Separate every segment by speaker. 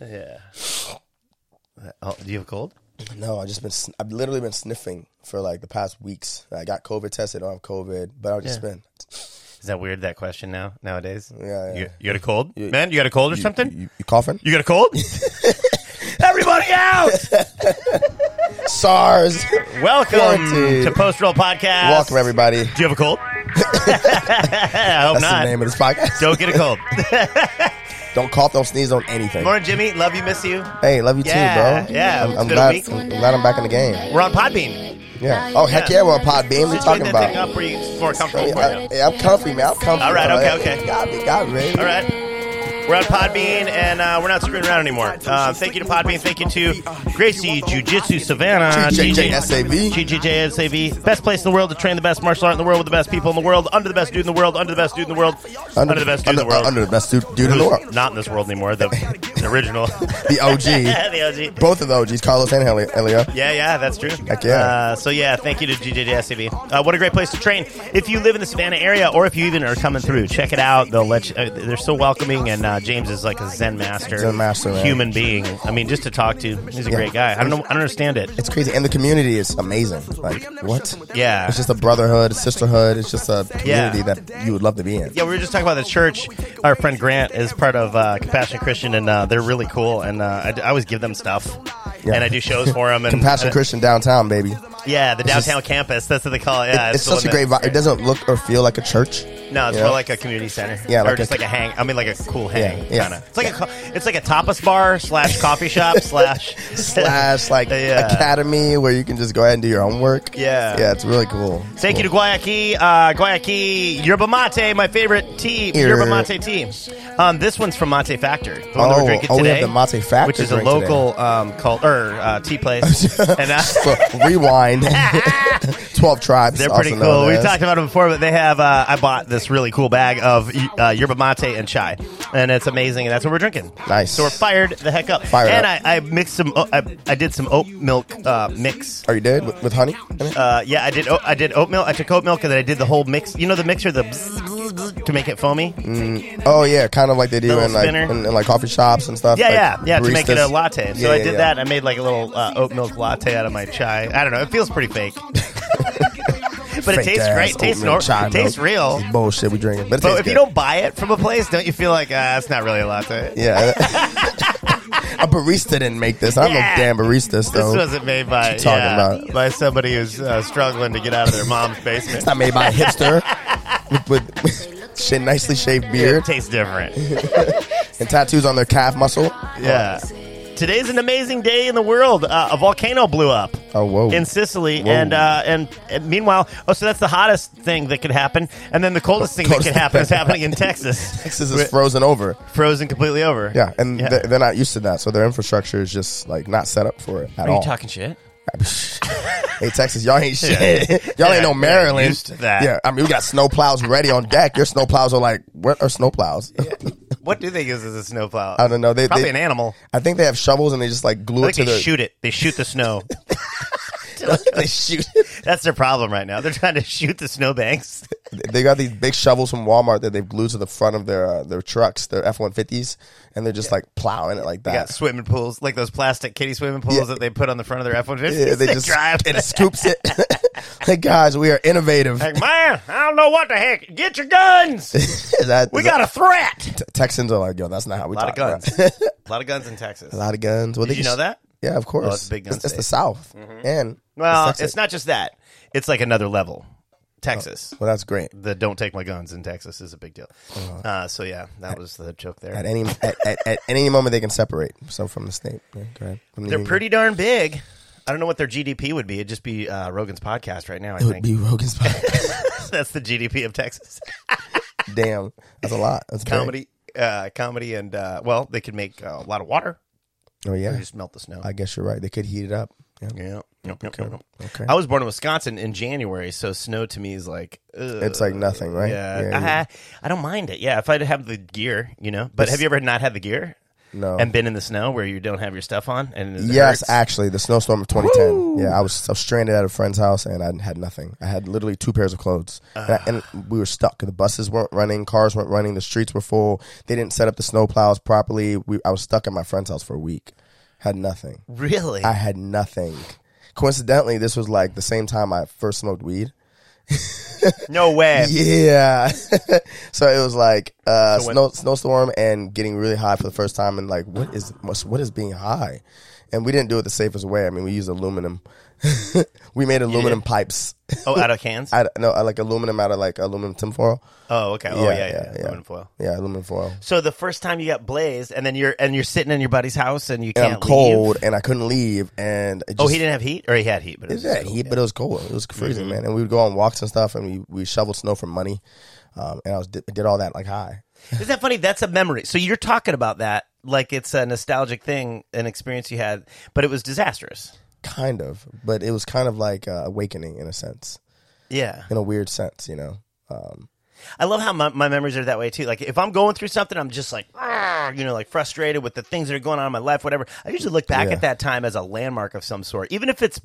Speaker 1: Yeah. Oh, do you have a cold?
Speaker 2: No, I just been sn- I've literally been sniffing for like the past weeks. I got COVID tested. I don't have COVID, but I've just
Speaker 1: Yeah.
Speaker 2: been
Speaker 1: Is that weird? That question now nowadays?
Speaker 2: Yeah, yeah.
Speaker 1: You, you got a cold, man? You got a cold or something? You,
Speaker 2: You, you coughing?
Speaker 1: got a cold? Everybody out!
Speaker 2: SARS.
Speaker 1: Welcome
Speaker 2: Quarantine.
Speaker 1: to Post Roll Podcast.
Speaker 2: Welcome everybody.
Speaker 1: Do you have a cold? I hope
Speaker 2: That's
Speaker 1: not.
Speaker 2: the name of this podcast.
Speaker 1: Don't get a cold.
Speaker 2: Don't cough. Don't sneeze. Don't anything.
Speaker 1: Morning, Jimmy. Love you. Miss you.
Speaker 2: Hey, love you
Speaker 1: Yeah,
Speaker 2: too, bro.
Speaker 1: yeah,
Speaker 2: I'm,
Speaker 1: it's
Speaker 2: I'm
Speaker 1: been a
Speaker 2: glad.
Speaker 1: week.
Speaker 2: I'm glad I'm back in the game.
Speaker 1: We're on Podbean.
Speaker 2: Yeah. Oh heck yeah, we're on Podbean. What are you
Speaker 1: Just
Speaker 2: talking
Speaker 1: make that
Speaker 2: about?
Speaker 1: thing up where you- it's more comfortable
Speaker 2: Hey,
Speaker 1: for you.
Speaker 2: I, hey, I'm comfy, man. I'm comfy.
Speaker 1: All right,
Speaker 2: bro.
Speaker 1: okay, okay.
Speaker 2: Got me, got me.
Speaker 1: All right. We're on Podbean, and uh, we're not screwing around anymore. Uh, thank you to Podbean. Thank you to Gracie Jiu Jitsu Savannah.
Speaker 2: GJJSAV.
Speaker 1: GJJSAV. Best place in the world to train the best martial art in the world with the best people in the world, under the best dude in the world, under the best dude in the world, under, the best dude in the world.
Speaker 2: Under the best dude, dude in the world.
Speaker 1: Not in this world anymore. The, the original.
Speaker 2: The OG.
Speaker 1: the OG.
Speaker 2: Both of the OGs, Carlos and Helio. Helio.
Speaker 1: Yeah, yeah, that's true.
Speaker 2: Heck yeah.
Speaker 1: Uh, so yeah, thank you to GJJSCV. Uh, what a great place to train. If you live in the Savannah area, or if you even are coming through, check it out. They'll let you, uh, they're so welcoming, and uh, James is like a Zen master,
Speaker 2: Zen master, man.
Speaker 1: human being. I mean, just to talk to, he's a
Speaker 2: Yeah.
Speaker 1: great guy. I don't know, I don't understand it.
Speaker 2: It's crazy, and the community is amazing. Like what?
Speaker 1: Yeah.
Speaker 2: It's just a brotherhood, a sisterhood. It's just a community that you would love to be in.
Speaker 1: Yeah, we were just talking about the church. Our friend Grant is part of uh, Compassion Christian, and uh, they're really cool. And uh, I, I always give them stuff,
Speaker 2: Yeah.
Speaker 1: and I do shows for them. And
Speaker 2: Compassion
Speaker 1: and-
Speaker 2: Christian downtown, baby.
Speaker 1: Yeah, the
Speaker 2: just-
Speaker 1: downtown campus. That's what they call it. Yeah,
Speaker 2: it's
Speaker 1: the
Speaker 2: such a
Speaker 1: one that-
Speaker 2: great vibe. It doesn't look or feel like a church.
Speaker 1: No, it's
Speaker 2: Yeah.
Speaker 1: more like a community center.
Speaker 2: Yeah,
Speaker 1: or
Speaker 2: like
Speaker 1: just
Speaker 2: a-
Speaker 1: like a hang. I mean, like a cool hang.
Speaker 2: yeah.
Speaker 1: kind of. It's like a co- it's like a tapas bar slash coffee shop slash
Speaker 2: Slash like
Speaker 1: Yeah.
Speaker 2: academy where you can just go ahead and do your homework.
Speaker 1: Yeah.
Speaker 2: yeah, it's really cool.
Speaker 1: Thank you to Guayaquil, uh, Guayaquil yerba mate, my favorite tea,
Speaker 2: Here.
Speaker 1: yerba mate tea. Um, this one's from Mate Factor, the one that
Speaker 2: Oh,
Speaker 1: we're drinking
Speaker 2: oh, we
Speaker 1: today,
Speaker 2: have the Mate Factor
Speaker 1: which is a
Speaker 2: drink today.
Speaker 1: local um, cult or uh, tea place, and uh,
Speaker 2: So, rewind. Twelve tribes.
Speaker 1: They're
Speaker 2: also
Speaker 1: pretty
Speaker 2: known
Speaker 1: cool. We've
Speaker 2: as.
Speaker 1: talked about them before, but they have. Uh, I bought this really cool bag of uh, yerba mate and chai, and it's amazing. And that's what we're drinking.
Speaker 2: Nice.
Speaker 1: So we're fired the heck up.
Speaker 2: Fired
Speaker 1: and
Speaker 2: up.
Speaker 1: I, I mixed some. o- I, I did some oat milk uh, mix.
Speaker 2: Are you dead with, with honey? in it?
Speaker 1: Uh, yeah, I did. o- I did oat milk. I took oat milk and then I did the whole mix. You know the mixer, the bzz, bzz, bzz, to make it foamy.
Speaker 2: Oh yeah, kind of like they do
Speaker 1: Little
Speaker 2: in like in,
Speaker 1: spinner.
Speaker 2: in, like coffee shops and stuff.
Speaker 1: Yeah,
Speaker 2: like
Speaker 1: yeah, yeah. To make it a
Speaker 2: baristas.
Speaker 1: latte. So
Speaker 2: Yeah,
Speaker 1: I
Speaker 2: yeah,
Speaker 1: did
Speaker 2: yeah.
Speaker 1: that. I made like a little uh, oat milk latte out of my chai. I don't know. It feels pretty fake. But it
Speaker 2: Fake
Speaker 1: tastes
Speaker 2: ass
Speaker 1: great.
Speaker 2: oat
Speaker 1: Tastes
Speaker 2: milk
Speaker 1: nor-
Speaker 2: chai
Speaker 1: tastes
Speaker 2: milk.
Speaker 1: real.
Speaker 2: It's bullshit we drinking. But it
Speaker 1: But
Speaker 2: tastes
Speaker 1: if you
Speaker 2: good.
Speaker 1: don't buy it from a place, don't you feel like uh, it's not really a latte?
Speaker 2: yeah. a barista didn't make this. I'm
Speaker 1: Yeah.
Speaker 2: a damn barista,
Speaker 1: This
Speaker 2: so
Speaker 1: wasn't made by
Speaker 2: you talking
Speaker 1: yeah,
Speaker 2: about?
Speaker 1: by somebody who's uh, struggling to get out of their mom's basement.
Speaker 2: it's not made by a hipster with, with, with shit, nicely shaved
Speaker 1: it
Speaker 2: beard
Speaker 1: tastes different.
Speaker 2: and tattoos on their calf muscle.
Speaker 1: Yeah. Today's an amazing day in the world. Uh, a volcano blew up
Speaker 2: Oh whoa!
Speaker 1: in Sicily,
Speaker 2: Whoa.
Speaker 1: and, uh, and and meanwhile, oh, so that's the hottest thing that could happen, and then the coldest thing that
Speaker 2: Coldest
Speaker 1: could
Speaker 2: thing
Speaker 1: happen
Speaker 2: that-
Speaker 1: is happening in Texas,
Speaker 2: Texas is frozen over.
Speaker 1: frozen completely over.
Speaker 2: Yeah, and
Speaker 1: Yeah.
Speaker 2: They're, they're not used to that, so their infrastructure is just like not set up for it at
Speaker 1: Are
Speaker 2: all.
Speaker 1: you talking shit?
Speaker 2: Hey Texas, y'all ain't shit. y'all
Speaker 1: Yeah,
Speaker 2: ain't no Maryland.
Speaker 1: used to that.
Speaker 2: Yeah, I mean we got snowplows ready on deck. Your snowplows are like what are snowplows?
Speaker 1: What do they use as a snowplow?
Speaker 2: I don't know. They,
Speaker 1: Probably
Speaker 2: they,
Speaker 1: an animal.
Speaker 2: I think they have shovels and they just like glue
Speaker 1: I
Speaker 2: it to
Speaker 1: think they
Speaker 2: the
Speaker 1: shoot it. They shoot the snow.
Speaker 2: they shoot.
Speaker 1: That's their problem right now. They're trying to shoot the snowbanks.
Speaker 2: they got these big shovels from Walmart that they've glued to the front of their uh, their trucks, their F one fifties, and they're just like plowing it like
Speaker 1: They got
Speaker 2: that.
Speaker 1: swimming pools, like those plastic kiddie swimming pools
Speaker 2: Yeah.
Speaker 1: that they put on the front of their F one fifty.
Speaker 2: Yeah, they just
Speaker 1: drive.
Speaker 2: and it scoops it. like guys, we are innovative.
Speaker 1: like, man, I don't know what the heck. Get your guns.
Speaker 2: That-
Speaker 1: We got a threat.
Speaker 2: Texans are like, yo, that's not how we
Speaker 1: A lot of
Speaker 2: talk about
Speaker 1: guns.
Speaker 2: it.
Speaker 1: a lot of guns in Texas.
Speaker 2: a lot of guns. Well,
Speaker 1: Did
Speaker 2: they
Speaker 1: you
Speaker 2: just-
Speaker 1: know that?
Speaker 2: Yeah, of course.
Speaker 1: Oh, it's a big gun
Speaker 2: It's, it's the
Speaker 1: state. Mm-hmm.
Speaker 2: South, and
Speaker 1: Well,
Speaker 2: Texas.
Speaker 1: it's not just that. It's like another level. Texas.
Speaker 2: Well, that's great.
Speaker 1: The don't take my guns in Texas is a big deal.
Speaker 2: Uh-huh.
Speaker 1: Uh, so yeah, that was the joke there.
Speaker 2: At any at, at, at any moment they can separate. So from the state, yeah, go ahead. From the
Speaker 1: They're
Speaker 2: union.
Speaker 1: pretty darn big. I don't know what their GDP would be. It'd just be uh, Rogan's podcast right now. I
Speaker 2: It would
Speaker 1: think
Speaker 2: be Rogan's podcast.
Speaker 1: that's the GDP of Texas.
Speaker 2: Damn, that's a lot. That's great.
Speaker 1: comedy, uh, comedy, and uh, well, they could make uh, a lot of water.
Speaker 2: Oh
Speaker 1: They
Speaker 2: yeah,
Speaker 1: just Uh, melt the snow.
Speaker 2: I guess you're right. They could heat it up. Yeah.
Speaker 1: yeah. Yep, yep, yep, yep.
Speaker 2: Okay.
Speaker 1: I was born in Wisconsin in January, so snow to me is like ugh.
Speaker 2: It's like nothing, right?
Speaker 1: Yeah,
Speaker 2: Yeah, yeah.
Speaker 1: I, I don't mind it. Yeah, if I'd have the gear, you know. But have you ever not had the gear?
Speaker 2: No.
Speaker 1: and been in the snow where you don't have your stuff on? And it
Speaker 2: Yes,
Speaker 1: hurts?
Speaker 2: actually, the snowstorm of 2010. Yeah, I was, I was stranded at a friend's house and I had nothing. I had literally two pairs of clothes, and,
Speaker 1: Uh-huh.
Speaker 2: I, and we were stuck. The buses weren't running, cars weren't running, the streets were full. They didn't set up the snow plows properly. We, I was stuck at my friend's house for a week. Had nothing.
Speaker 1: really.
Speaker 2: I had nothing. Coincidentally, this was like the same time I first smoked weed.
Speaker 1: no way.
Speaker 2: Yeah. so it was like uh,
Speaker 1: So when-
Speaker 2: snow, snowstorm and getting really high for the first time, and like, what is what's- what is being high? And we didn't do it the safest way. I mean, we used aluminum. we made aluminum pipes.
Speaker 1: Oh, out of cans.
Speaker 2: I no, I like aluminum out of like aluminum tinfoil.
Speaker 1: oh, okay. Oh, yeah, yeah. Aluminum foil.
Speaker 2: Yeah, aluminum foil.
Speaker 1: So the first time you got blazed, and then you're and you're sitting in your buddy's house, and you
Speaker 2: And
Speaker 1: can't
Speaker 2: I'm cold,
Speaker 1: leave.
Speaker 2: and I couldn't leave. And it just,
Speaker 1: Oh, he didn't Mm-hmm. have heat, or he had heat, but it was
Speaker 2: Yeah,
Speaker 1: just cold.
Speaker 2: heat, but it was cold. It was freezing, man. And we would go on walks and stuff, and we, we shoveled snow for money. Um, and I was did, did all that like high.
Speaker 1: Isn't that funny? That's a memory. So you're talking about that like it's a nostalgic thing, an experience you had, but it was disastrous.
Speaker 2: kind of, but it was kind of like uh, awakening in a sense,
Speaker 1: Yeah.
Speaker 2: in a weird sense, you know. Um,
Speaker 1: I love how my, my memories are that way too. Like if I'm going through something, I'm just like, "Argh," you know, like frustrated with the things that are going on in my life, whatever. I usually look back
Speaker 2: Yeah.
Speaker 1: at that time as a landmark of some sort. Even if it's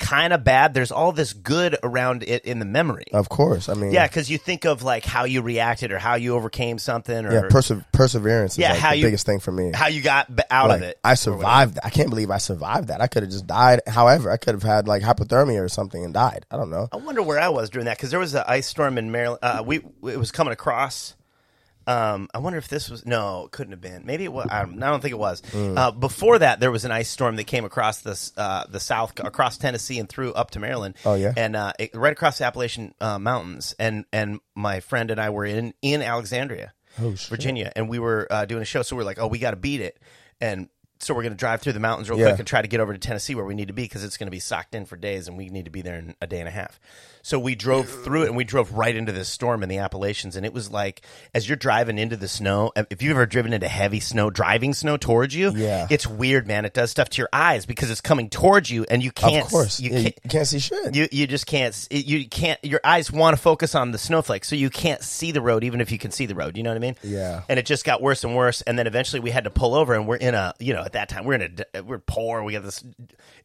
Speaker 1: kind of bad, there's all this good around it in the memory.
Speaker 2: of course, I mean,
Speaker 1: yeah, because you think of like how you reacted or how you overcame something or
Speaker 2: yeah, perse- perseverance is
Speaker 1: Yeah,
Speaker 2: like
Speaker 1: how
Speaker 2: the
Speaker 1: you-
Speaker 2: biggest thing for me.
Speaker 1: how you got b- out
Speaker 2: like,
Speaker 1: of it.
Speaker 2: I survived. that. I can't believe I survived that. I could have just died. However, I could have had like hypothermia or something and died. I don't know.
Speaker 1: I wonder where I was during that because there was an ice storm in Maryland. Uh, we it was coming across. Um, I wonder if this was no, it couldn't have been. Maybe it was. I don't, I don't think it was.
Speaker 2: Mm.
Speaker 1: Uh, before that, there was an ice storm that came across this uh, the south across Tennessee and through up to Maryland.
Speaker 2: Oh, yeah?
Speaker 1: and uh, it, right across the Appalachian uh, Mountains. And and my friend and I were in in Alexandria,
Speaker 2: Oh, shit.
Speaker 1: Virginia, and we were uh, doing a show. So we are like, oh, we got to beat it, and so we're going to drive through the mountains real
Speaker 2: Yeah.
Speaker 1: quick and try to get over to Tennessee where we need to be because it's going to be socked in for days, and we need to be there in a day and a half. So we drove through it, and we drove right into this storm in the Appalachians, and it was like as you're driving into the snow. If you've ever driven into heavy snow, driving snow towards you,
Speaker 2: Yeah.
Speaker 1: it's weird, man. It does stuff to your eyes because it's coming towards you, and you can't.
Speaker 2: of course,
Speaker 1: you
Speaker 2: Yeah,
Speaker 1: can't.
Speaker 2: see shit.
Speaker 1: You you just can't s- you can't your eyes want to focus on the snowflake, so you can't see the road even if you can see the road. You know what I mean?
Speaker 2: Yeah.
Speaker 1: And it just got worse and worse, and then eventually we had to pull over, and we're in a you know at that time we're in a d- we're poor. We got this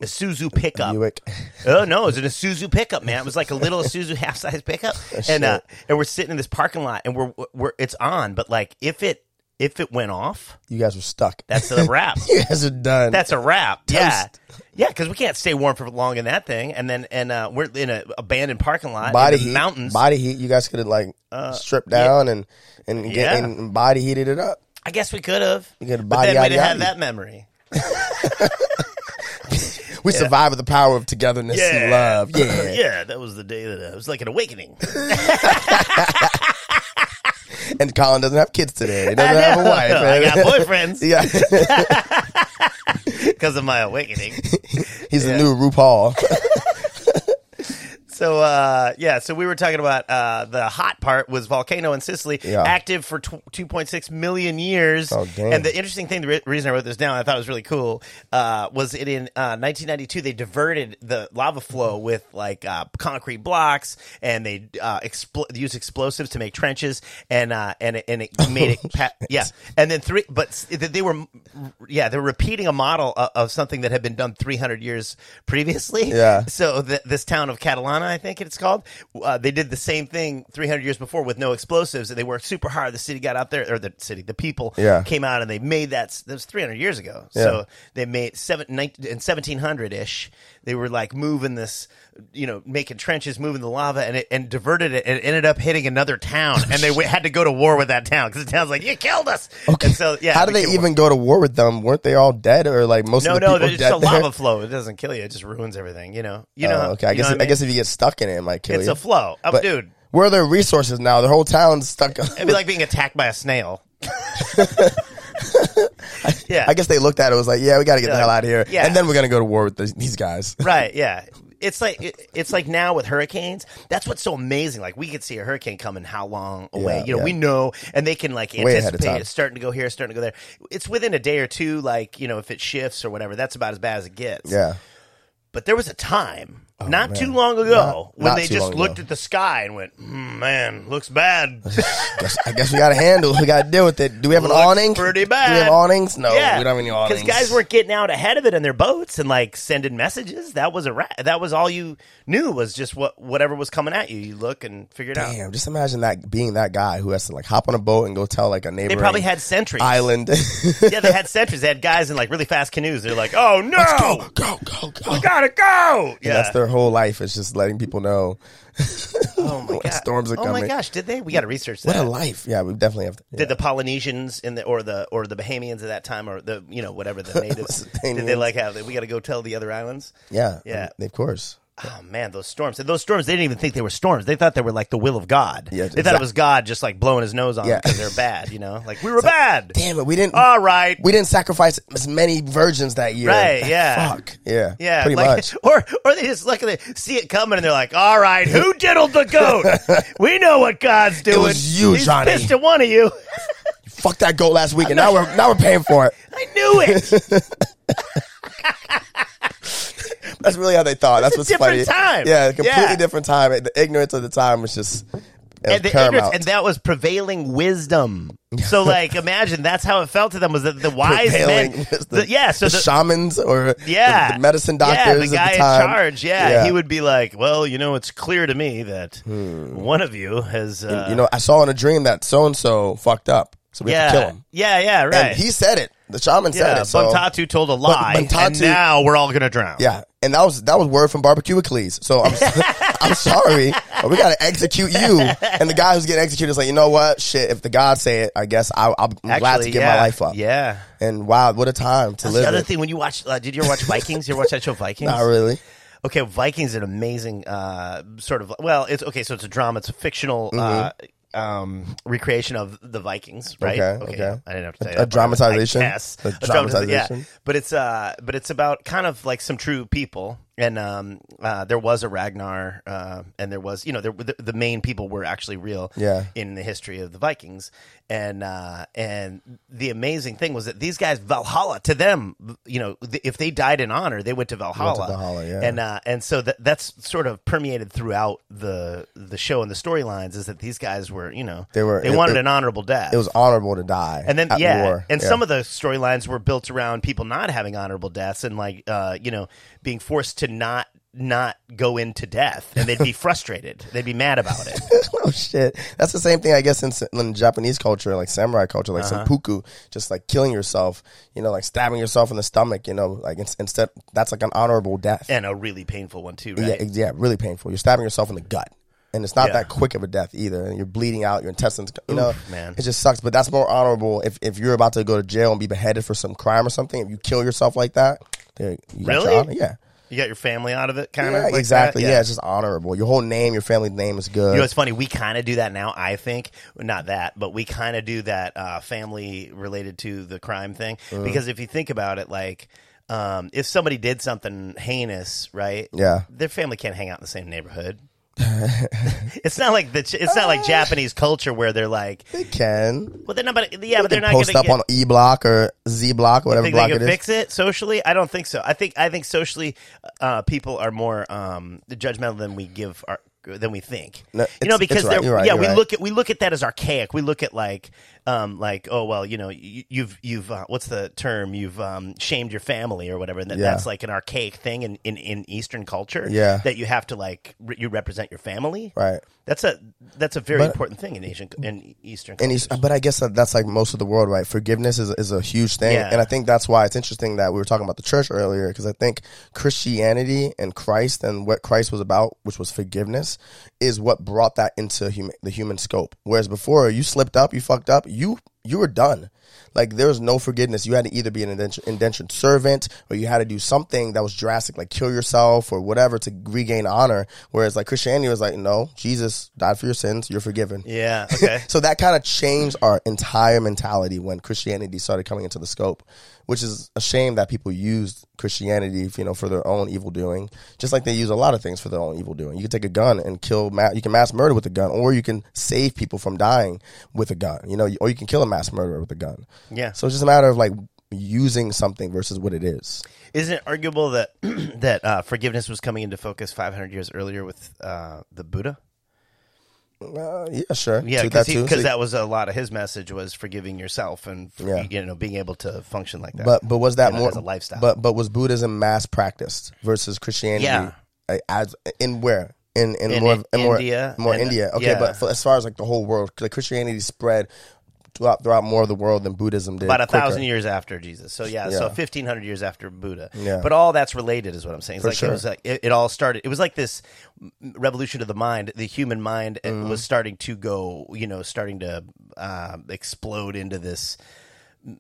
Speaker 1: Isuzu pickup.
Speaker 2: Buick.
Speaker 1: Oh no, it was an Isuzu pickup, man. It was like a little Isuzu half size pickup, and uh, and we're sitting in this parking lot, and we're we're it's on, but like if it if it went off,
Speaker 2: You guys were stuck.
Speaker 1: that's a wrap.
Speaker 2: you guys are done.
Speaker 1: That's a wrap. Yeah. Yeah, because we can't stay warm for long in that thing, and then and uh, we're in an abandoned parking lot,
Speaker 2: body
Speaker 1: in the
Speaker 2: heat.
Speaker 1: mountains. Uh,
Speaker 2: Body heat. You guys could have like stripped down and and, get,
Speaker 1: Yeah.
Speaker 2: and body heated it up.
Speaker 1: I guess we could have,
Speaker 2: You could
Speaker 1: but
Speaker 2: body
Speaker 1: then we
Speaker 2: yada
Speaker 1: didn't have
Speaker 2: yada.
Speaker 1: that memory.
Speaker 2: We survived with the power of togetherness and love. Yeah.
Speaker 1: yeah, that was the day that uh, it was like an awakening.
Speaker 2: And Colin doesn't have kids today. He doesn't
Speaker 1: I
Speaker 2: have a
Speaker 1: know.
Speaker 2: wife.
Speaker 1: I got boyfriends
Speaker 2: yeah.
Speaker 1: because of my awakening.
Speaker 2: He's the new RuPaul.
Speaker 1: So uh, yeah, so we were talking about uh, the hot part was volcano in Sicily,
Speaker 2: Yeah.
Speaker 1: active for tw- 2.6 million years.
Speaker 2: Oh, damn.
Speaker 1: And the interesting thing, the re- reason I wrote this down, I thought it was really cool, uh, was it in uh, 1992 they diverted the lava flow with like uh, concrete blocks, and they uh, expl- used explosives to make trenches, and uh, and it, and it made
Speaker 2: Oh,
Speaker 1: it pa- yeah, and then three, but s- th- they were yeah they were repeating a model of, of something that had been done 300 years previously.
Speaker 2: Yeah.
Speaker 1: So th this town of Catalana, I think it's called, uh, they did the same thing 300 years before with no explosives, and they worked super hard. The city got out there, or the city, the people
Speaker 2: Yeah.
Speaker 1: came out, and they made that. s- That was 300 years ago. So they made seven nine- in 1700 ish. They were like moving this, you know, making trenches, moving the lava, and it and diverted it, and it ended up hitting another town, and they w- had to go to war with that town because the town's like, you killed us. And so yeah,
Speaker 2: How did they
Speaker 1: became a war.
Speaker 2: even go to war with them? Weren't they all dead or like most
Speaker 1: No,
Speaker 2: of the
Speaker 1: no,
Speaker 2: people
Speaker 1: it's
Speaker 2: dead
Speaker 1: a
Speaker 2: there?
Speaker 1: lava flow. It doesn't kill you; it just ruins everything. You know, you
Speaker 2: Oh,
Speaker 1: know.
Speaker 2: okay. I
Speaker 1: you know
Speaker 2: guess
Speaker 1: what
Speaker 2: I,
Speaker 1: mean?
Speaker 2: guess if you get stuck in it, it might kill
Speaker 1: It's
Speaker 2: you.
Speaker 1: a flow. Oh,
Speaker 2: But
Speaker 1: dude.
Speaker 2: Where are their resources now? Their whole town's stuck.
Speaker 1: It'd be like being attacked by a snail. yeah.
Speaker 2: I guess they looked at it. Was like, yeah, we got to get the
Speaker 1: Yeah.
Speaker 2: hell out of here,
Speaker 1: Yeah.
Speaker 2: and then we're gonna go to war with these these guys.
Speaker 1: right. Yeah. It's like it, it's like now with hurricanes. That's what's so amazing. Like we could see a hurricane coming how long away?
Speaker 2: Yeah,
Speaker 1: you know,
Speaker 2: yeah.
Speaker 1: we know, and they can like
Speaker 2: ahead of time.
Speaker 1: anticipate. It's starting to go here, it's starting to go there. It's within a day or two. Like you know, if it shifts or whatever, that's about as bad as it gets.
Speaker 2: Yeah,
Speaker 1: But there was a time not
Speaker 2: Oh, man.
Speaker 1: too long ago
Speaker 2: Not-
Speaker 1: when
Speaker 2: not
Speaker 1: they
Speaker 2: too
Speaker 1: just
Speaker 2: long
Speaker 1: looked
Speaker 2: ago.
Speaker 1: at the sky and went, mm, "Man, looks bad."
Speaker 2: Guess- I guess we got to handle. We got to deal with it. Do we have an
Speaker 1: Looks
Speaker 2: awning?
Speaker 1: pretty
Speaker 2: Do we
Speaker 1: bad.
Speaker 2: have awnings? No,
Speaker 1: yeah,
Speaker 2: Oh, we don't have any awnings.
Speaker 1: guys weren't getting out ahead of it in their boats and like sending messages. That was a ra- that was all you knew was just what whatever was coming at you. You look and figure it out.
Speaker 2: Damn, just imagine that being that guy who has to like hop on a boat and go tell like a
Speaker 1: They
Speaker 2: neighboring
Speaker 1: probably had sentries.
Speaker 2: island.
Speaker 1: yeah, they had sentries. They had guys in like really fast canoes. They're like, "Oh no,
Speaker 2: go, go, go, go.
Speaker 1: gotta go!" Yeah,
Speaker 2: That's their whole life. It's just letting people know.
Speaker 1: oh my god,
Speaker 2: storms are
Speaker 1: oh my
Speaker 2: coming.
Speaker 1: gosh, did they? We got to research that.
Speaker 2: What a life. Yeah, we definitely have to. Yeah.
Speaker 1: Did the Polynesians in the or the or the Bahamians at that time or the you know whatever the natives did they
Speaker 2: Mesopotamians.
Speaker 1: like have we got to go tell the other islands?
Speaker 2: yeah,
Speaker 1: Yeah.
Speaker 2: Of course.
Speaker 1: Oh man, those storms! And those storms, they didn't even think they were storms. They thought they were like the will of God.
Speaker 2: Yeah,
Speaker 1: they thought it was God just like blowing his nose on
Speaker 2: Yeah.
Speaker 1: because they're bad. You know, like we were bad.
Speaker 2: Damn it, we didn't.
Speaker 1: All right.
Speaker 2: we didn't sacrifice as many virgins that year.
Speaker 1: Right, yeah.
Speaker 2: Fuck. Yeah.
Speaker 1: yeah,
Speaker 2: Pretty
Speaker 1: like,
Speaker 2: much.
Speaker 1: Or or they just look at it, see it coming, and they're like, "All right, who diddled the goat? we know what God's doing.
Speaker 2: was you,
Speaker 1: He's
Speaker 2: Johnny."
Speaker 1: pissed at one of you.
Speaker 2: Fuck that goat last week, and now we're now we're paying for it.
Speaker 1: I knew it.
Speaker 2: That's really how they thought. That's what's
Speaker 1: different
Speaker 2: funny.
Speaker 1: time.
Speaker 2: Yeah, a completely
Speaker 1: Yeah.
Speaker 2: different time. The ignorance of the time was just it was
Speaker 1: and, the
Speaker 2: paramount.
Speaker 1: ignorance, and that was prevailing wisdom. So, like, imagine that's how it felt to them was that the wise
Speaker 2: Prevailing
Speaker 1: men,
Speaker 2: wisdom.
Speaker 1: the, yeah. So
Speaker 2: the,
Speaker 1: the-
Speaker 2: shamans or
Speaker 1: yeah,
Speaker 2: the, the medicine
Speaker 1: yeah, the
Speaker 2: doctors
Speaker 1: guy
Speaker 2: at the time.
Speaker 1: in charge, yeah,
Speaker 2: Yeah.
Speaker 1: he would be like, "Well, you know, it's clear to me that one of you has, uh,
Speaker 2: Hmm. you know, I saw in a dream that so and so fucked up, so we
Speaker 1: yeah,
Speaker 2: have to kill him.
Speaker 1: yeah, yeah, right."
Speaker 2: And he said it. The shaman said
Speaker 1: yeah,
Speaker 2: it. So
Speaker 1: Bontatu told a lie, and
Speaker 2: Bontatu-
Speaker 1: now we're all gonna drown.
Speaker 2: yeah, and that was that was word from Barbecue Achilles. So I'm I'm sorry, but we got to execute you. And the guy who's getting executed is like, you know what? Shit, if the God say it, I guess I, I'm glad to
Speaker 1: Actually,
Speaker 2: give
Speaker 1: yeah,
Speaker 2: my life up.
Speaker 1: Yeah.
Speaker 2: And wow, what a time to
Speaker 1: The
Speaker 2: live.
Speaker 1: other
Speaker 2: it.
Speaker 1: thing, when you watch, uh, did you ever watch Vikings? you ever watch that show Vikings?
Speaker 2: Not really.
Speaker 1: Okay, Vikings is an amazing uh, sort of. Well, it's okay. So it's a drama. It's a fictional uh, um, recreation of the Vikings, right?
Speaker 2: Mm-hmm. Okay, okay.
Speaker 1: I didn't have to say
Speaker 2: A-
Speaker 1: that
Speaker 2: a
Speaker 1: part, but
Speaker 2: dramatization?
Speaker 1: I guess.
Speaker 2: A
Speaker 1: Yeah,
Speaker 2: dramatization?
Speaker 1: but it's uh, but it's about kind of like some true people, and um, uh, there was a Ragnar, uh, and there was you know there, the, the main people were actually real,
Speaker 2: Yeah.
Speaker 1: in the history of the Vikings, and uh, and the amazing thing was that these guys Valhalla to them, you know, th- if they died in honor, they went to Valhalla,
Speaker 2: Valhalla, yeah.
Speaker 1: and uh, and so that that's sort of permeated throughout the the show and the storylines is that these guys were you know
Speaker 2: They were-
Speaker 1: they
Speaker 2: it-
Speaker 1: wanted
Speaker 2: it-
Speaker 1: an honorable death.
Speaker 2: It was honorable to die.
Speaker 1: and then
Speaker 2: at
Speaker 1: yeah,
Speaker 2: war.
Speaker 1: and some of the storylines were built around people not having honorable deaths and like uh, you know being forced to not not go into death, and they'd be frustrated, they'd be mad about it.
Speaker 2: oh shit, that's the same thing I guess in, in Japanese culture, like samurai culture, like
Speaker 1: Uh-huh.
Speaker 2: seppuku, just like killing yourself, you know, like stabbing yourself in the stomach, you know, like ins- instead that's like an honorable death.
Speaker 1: and a really painful one too, right?
Speaker 2: Yeah, e ex- yeah, really painful. You're stabbing yourself in the gut, and it's not
Speaker 1: Yeah.
Speaker 2: that quick of a death either. And you're bleeding out, your intestines. You know,
Speaker 1: man.
Speaker 2: it just sucks. But that's more honorable if, if you're about to go to jail and be beheaded for some crime or something. If you kill yourself like that, there, you got your
Speaker 1: Really?
Speaker 2: honor- yeah.
Speaker 1: You got your family out of it, kind
Speaker 2: Yeah,
Speaker 1: of like
Speaker 2: exactly.
Speaker 1: that?
Speaker 2: Yeah. it's just honorable. Your whole name, your family name is good.
Speaker 1: You know, it's funny. We kind of do that now. I think not that, but we kind of do that uh, family related to the crime thing.
Speaker 2: Uh-huh.
Speaker 1: Because if you think about it, like um, if somebody did something heinous, right?
Speaker 2: Yeah.
Speaker 1: their family can't hang out in the same neighborhood. it's not like the. It's not like Japanese culture where they're like,
Speaker 2: they can.
Speaker 1: well, they're not. But yeah, but
Speaker 2: They
Speaker 1: they're
Speaker 2: can
Speaker 1: not going
Speaker 2: post
Speaker 1: to
Speaker 2: up
Speaker 1: get.
Speaker 2: on E Block or Z Block, whatever
Speaker 1: think they
Speaker 2: block
Speaker 1: can
Speaker 2: it is.
Speaker 1: fix it socially? I don't think so. I think I think socially, uh, people are more um, judgmental than we give our than we think.
Speaker 2: No,
Speaker 1: you know,
Speaker 2: it's-
Speaker 1: because
Speaker 2: it's right.
Speaker 1: they're-
Speaker 2: You're right.
Speaker 1: yeah,
Speaker 2: You're
Speaker 1: we
Speaker 2: right.
Speaker 1: look at we look at that as archaic. We look at like um, like oh well, you know, you, you've you've uh, what's the term? You've um, shamed your family or whatever. And that,
Speaker 2: Yeah.
Speaker 1: that's like an archaic thing in, in, in Eastern culture.
Speaker 2: Yeah.
Speaker 1: that you have to like re- you represent your family.
Speaker 2: Right.
Speaker 1: That's a that's a very
Speaker 2: But-
Speaker 1: important thing in Asian in Eastern.
Speaker 2: and
Speaker 1: cultures.
Speaker 2: he's, but I guess that, that's like most of the world, right? Forgiveness is, is a huge thing,
Speaker 1: Yeah.
Speaker 2: and I think that's why it's interesting that we were talking about the church earlier because I think Christianity and Christ and what Christ was about, which was forgiveness, is what brought that into human, the human scope. Whereas before, you slipped up, you fucked up, you you were done. Like there was no forgiveness. You had to either be an indentured, indentured servant, or you had to do something that was drastic, like kill yourself or whatever, to regain honor. Whereas like Christianity was like, no, Jesus died for your sins, you're forgiven.
Speaker 1: yeah. Okay.
Speaker 2: So that kind of changed our entire mentality when Christianity started coming into the scope, which is a shame that people used Christianity, you know, for their own evil doing. Just like they use a lot of things for their own evil doing. You can take a gun and kill, ma- you can mass murder with a gun, or you can save people from dying with a gun, you know, or you can kill a mass murderer with a gun.
Speaker 1: Yeah.
Speaker 2: So it's just a matter of like using something versus what it is.
Speaker 1: Isn't it arguable that that uh, forgiveness was coming into focus 500 years earlier with uh, the Buddha?
Speaker 2: Uh, yeah, sure.
Speaker 1: Yeah,
Speaker 2: Two
Speaker 1: because
Speaker 2: that too. So-
Speaker 1: that was a lot of his message was forgiving yourself and
Speaker 2: Yeah.
Speaker 1: you know being able to function like that.
Speaker 2: But but was that
Speaker 1: you know,
Speaker 2: more
Speaker 1: as a lifestyle.
Speaker 2: But but was Buddhism mass practiced versus Christianity?
Speaker 1: Yeah.
Speaker 2: like, as in where in in,
Speaker 1: In
Speaker 2: more
Speaker 1: I-
Speaker 2: in more
Speaker 1: India
Speaker 2: more
Speaker 1: and-
Speaker 2: India. Okay,
Speaker 1: yeah.
Speaker 2: but for, as far as like the whole world, like Christianity spread throughout throughout more of the world than Buddhism did.
Speaker 1: about a
Speaker 2: quicker.
Speaker 1: thousand years after Jesus. So yeah, so
Speaker 2: Yeah.
Speaker 1: fifteen hundred years after Buddha.
Speaker 2: Yeah.
Speaker 1: But all that's related, is what I'm saying. It's like it
Speaker 2: sure.
Speaker 1: was like it, it all started. It was like this revolution of the mind. The human mind uh,
Speaker 2: Mm-hmm.
Speaker 1: was starting to go, you know, starting to uh, explode into this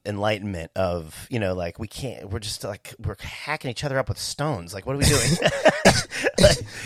Speaker 1: enlightenment of you know like we can't we're just like we're hacking each other up with stones like what are we doing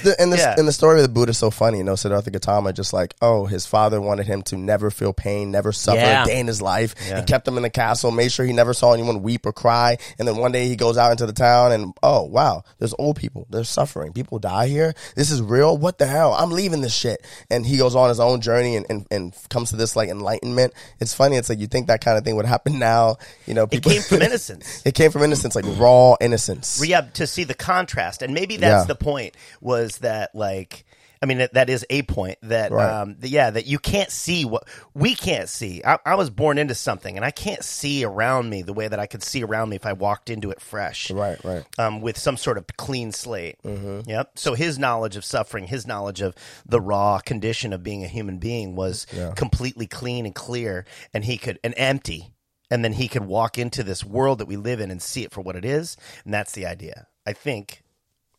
Speaker 2: The, and the
Speaker 1: Yeah.
Speaker 2: and the story of the Buddha is so funny. You know, Siddhartha Gautama just like, oh, his father wanted him to never feel pain, never suffer
Speaker 1: Yeah.
Speaker 2: a day in his life, and kept him in the castle, made sure he never saw anyone weep or cry. And then one day he goes out into the town, and oh wow, there's old people, they're suffering, people die here. This is real. What the hell? I'm leaving this shit. And he goes on his own journey and and, and comes to this like enlightenment. It's funny. It's like you think that kind of thing would happen now. You know,
Speaker 1: it
Speaker 2: people.
Speaker 1: came from innocence
Speaker 2: it came from innocence, like raw innocence.
Speaker 1: yeah to see the contrast and maybe that's
Speaker 2: Yeah.
Speaker 1: the point was that like i mean that, that is a point that
Speaker 2: Right.
Speaker 1: um that, yeah that you can't see what we can't see I, I was born into something and i can't see around me the way that i could see around me if i walked into it fresh
Speaker 2: Right, right.
Speaker 1: um, with some sort of clean slate.
Speaker 2: Mm-hmm.
Speaker 1: Yep. So his knowledge of suffering, his knowledge of the raw condition of being a human being was completely clean and clear, and he could and empty, and then he could walk into this world that we live in and see it for what it is, and that's the idea. I think.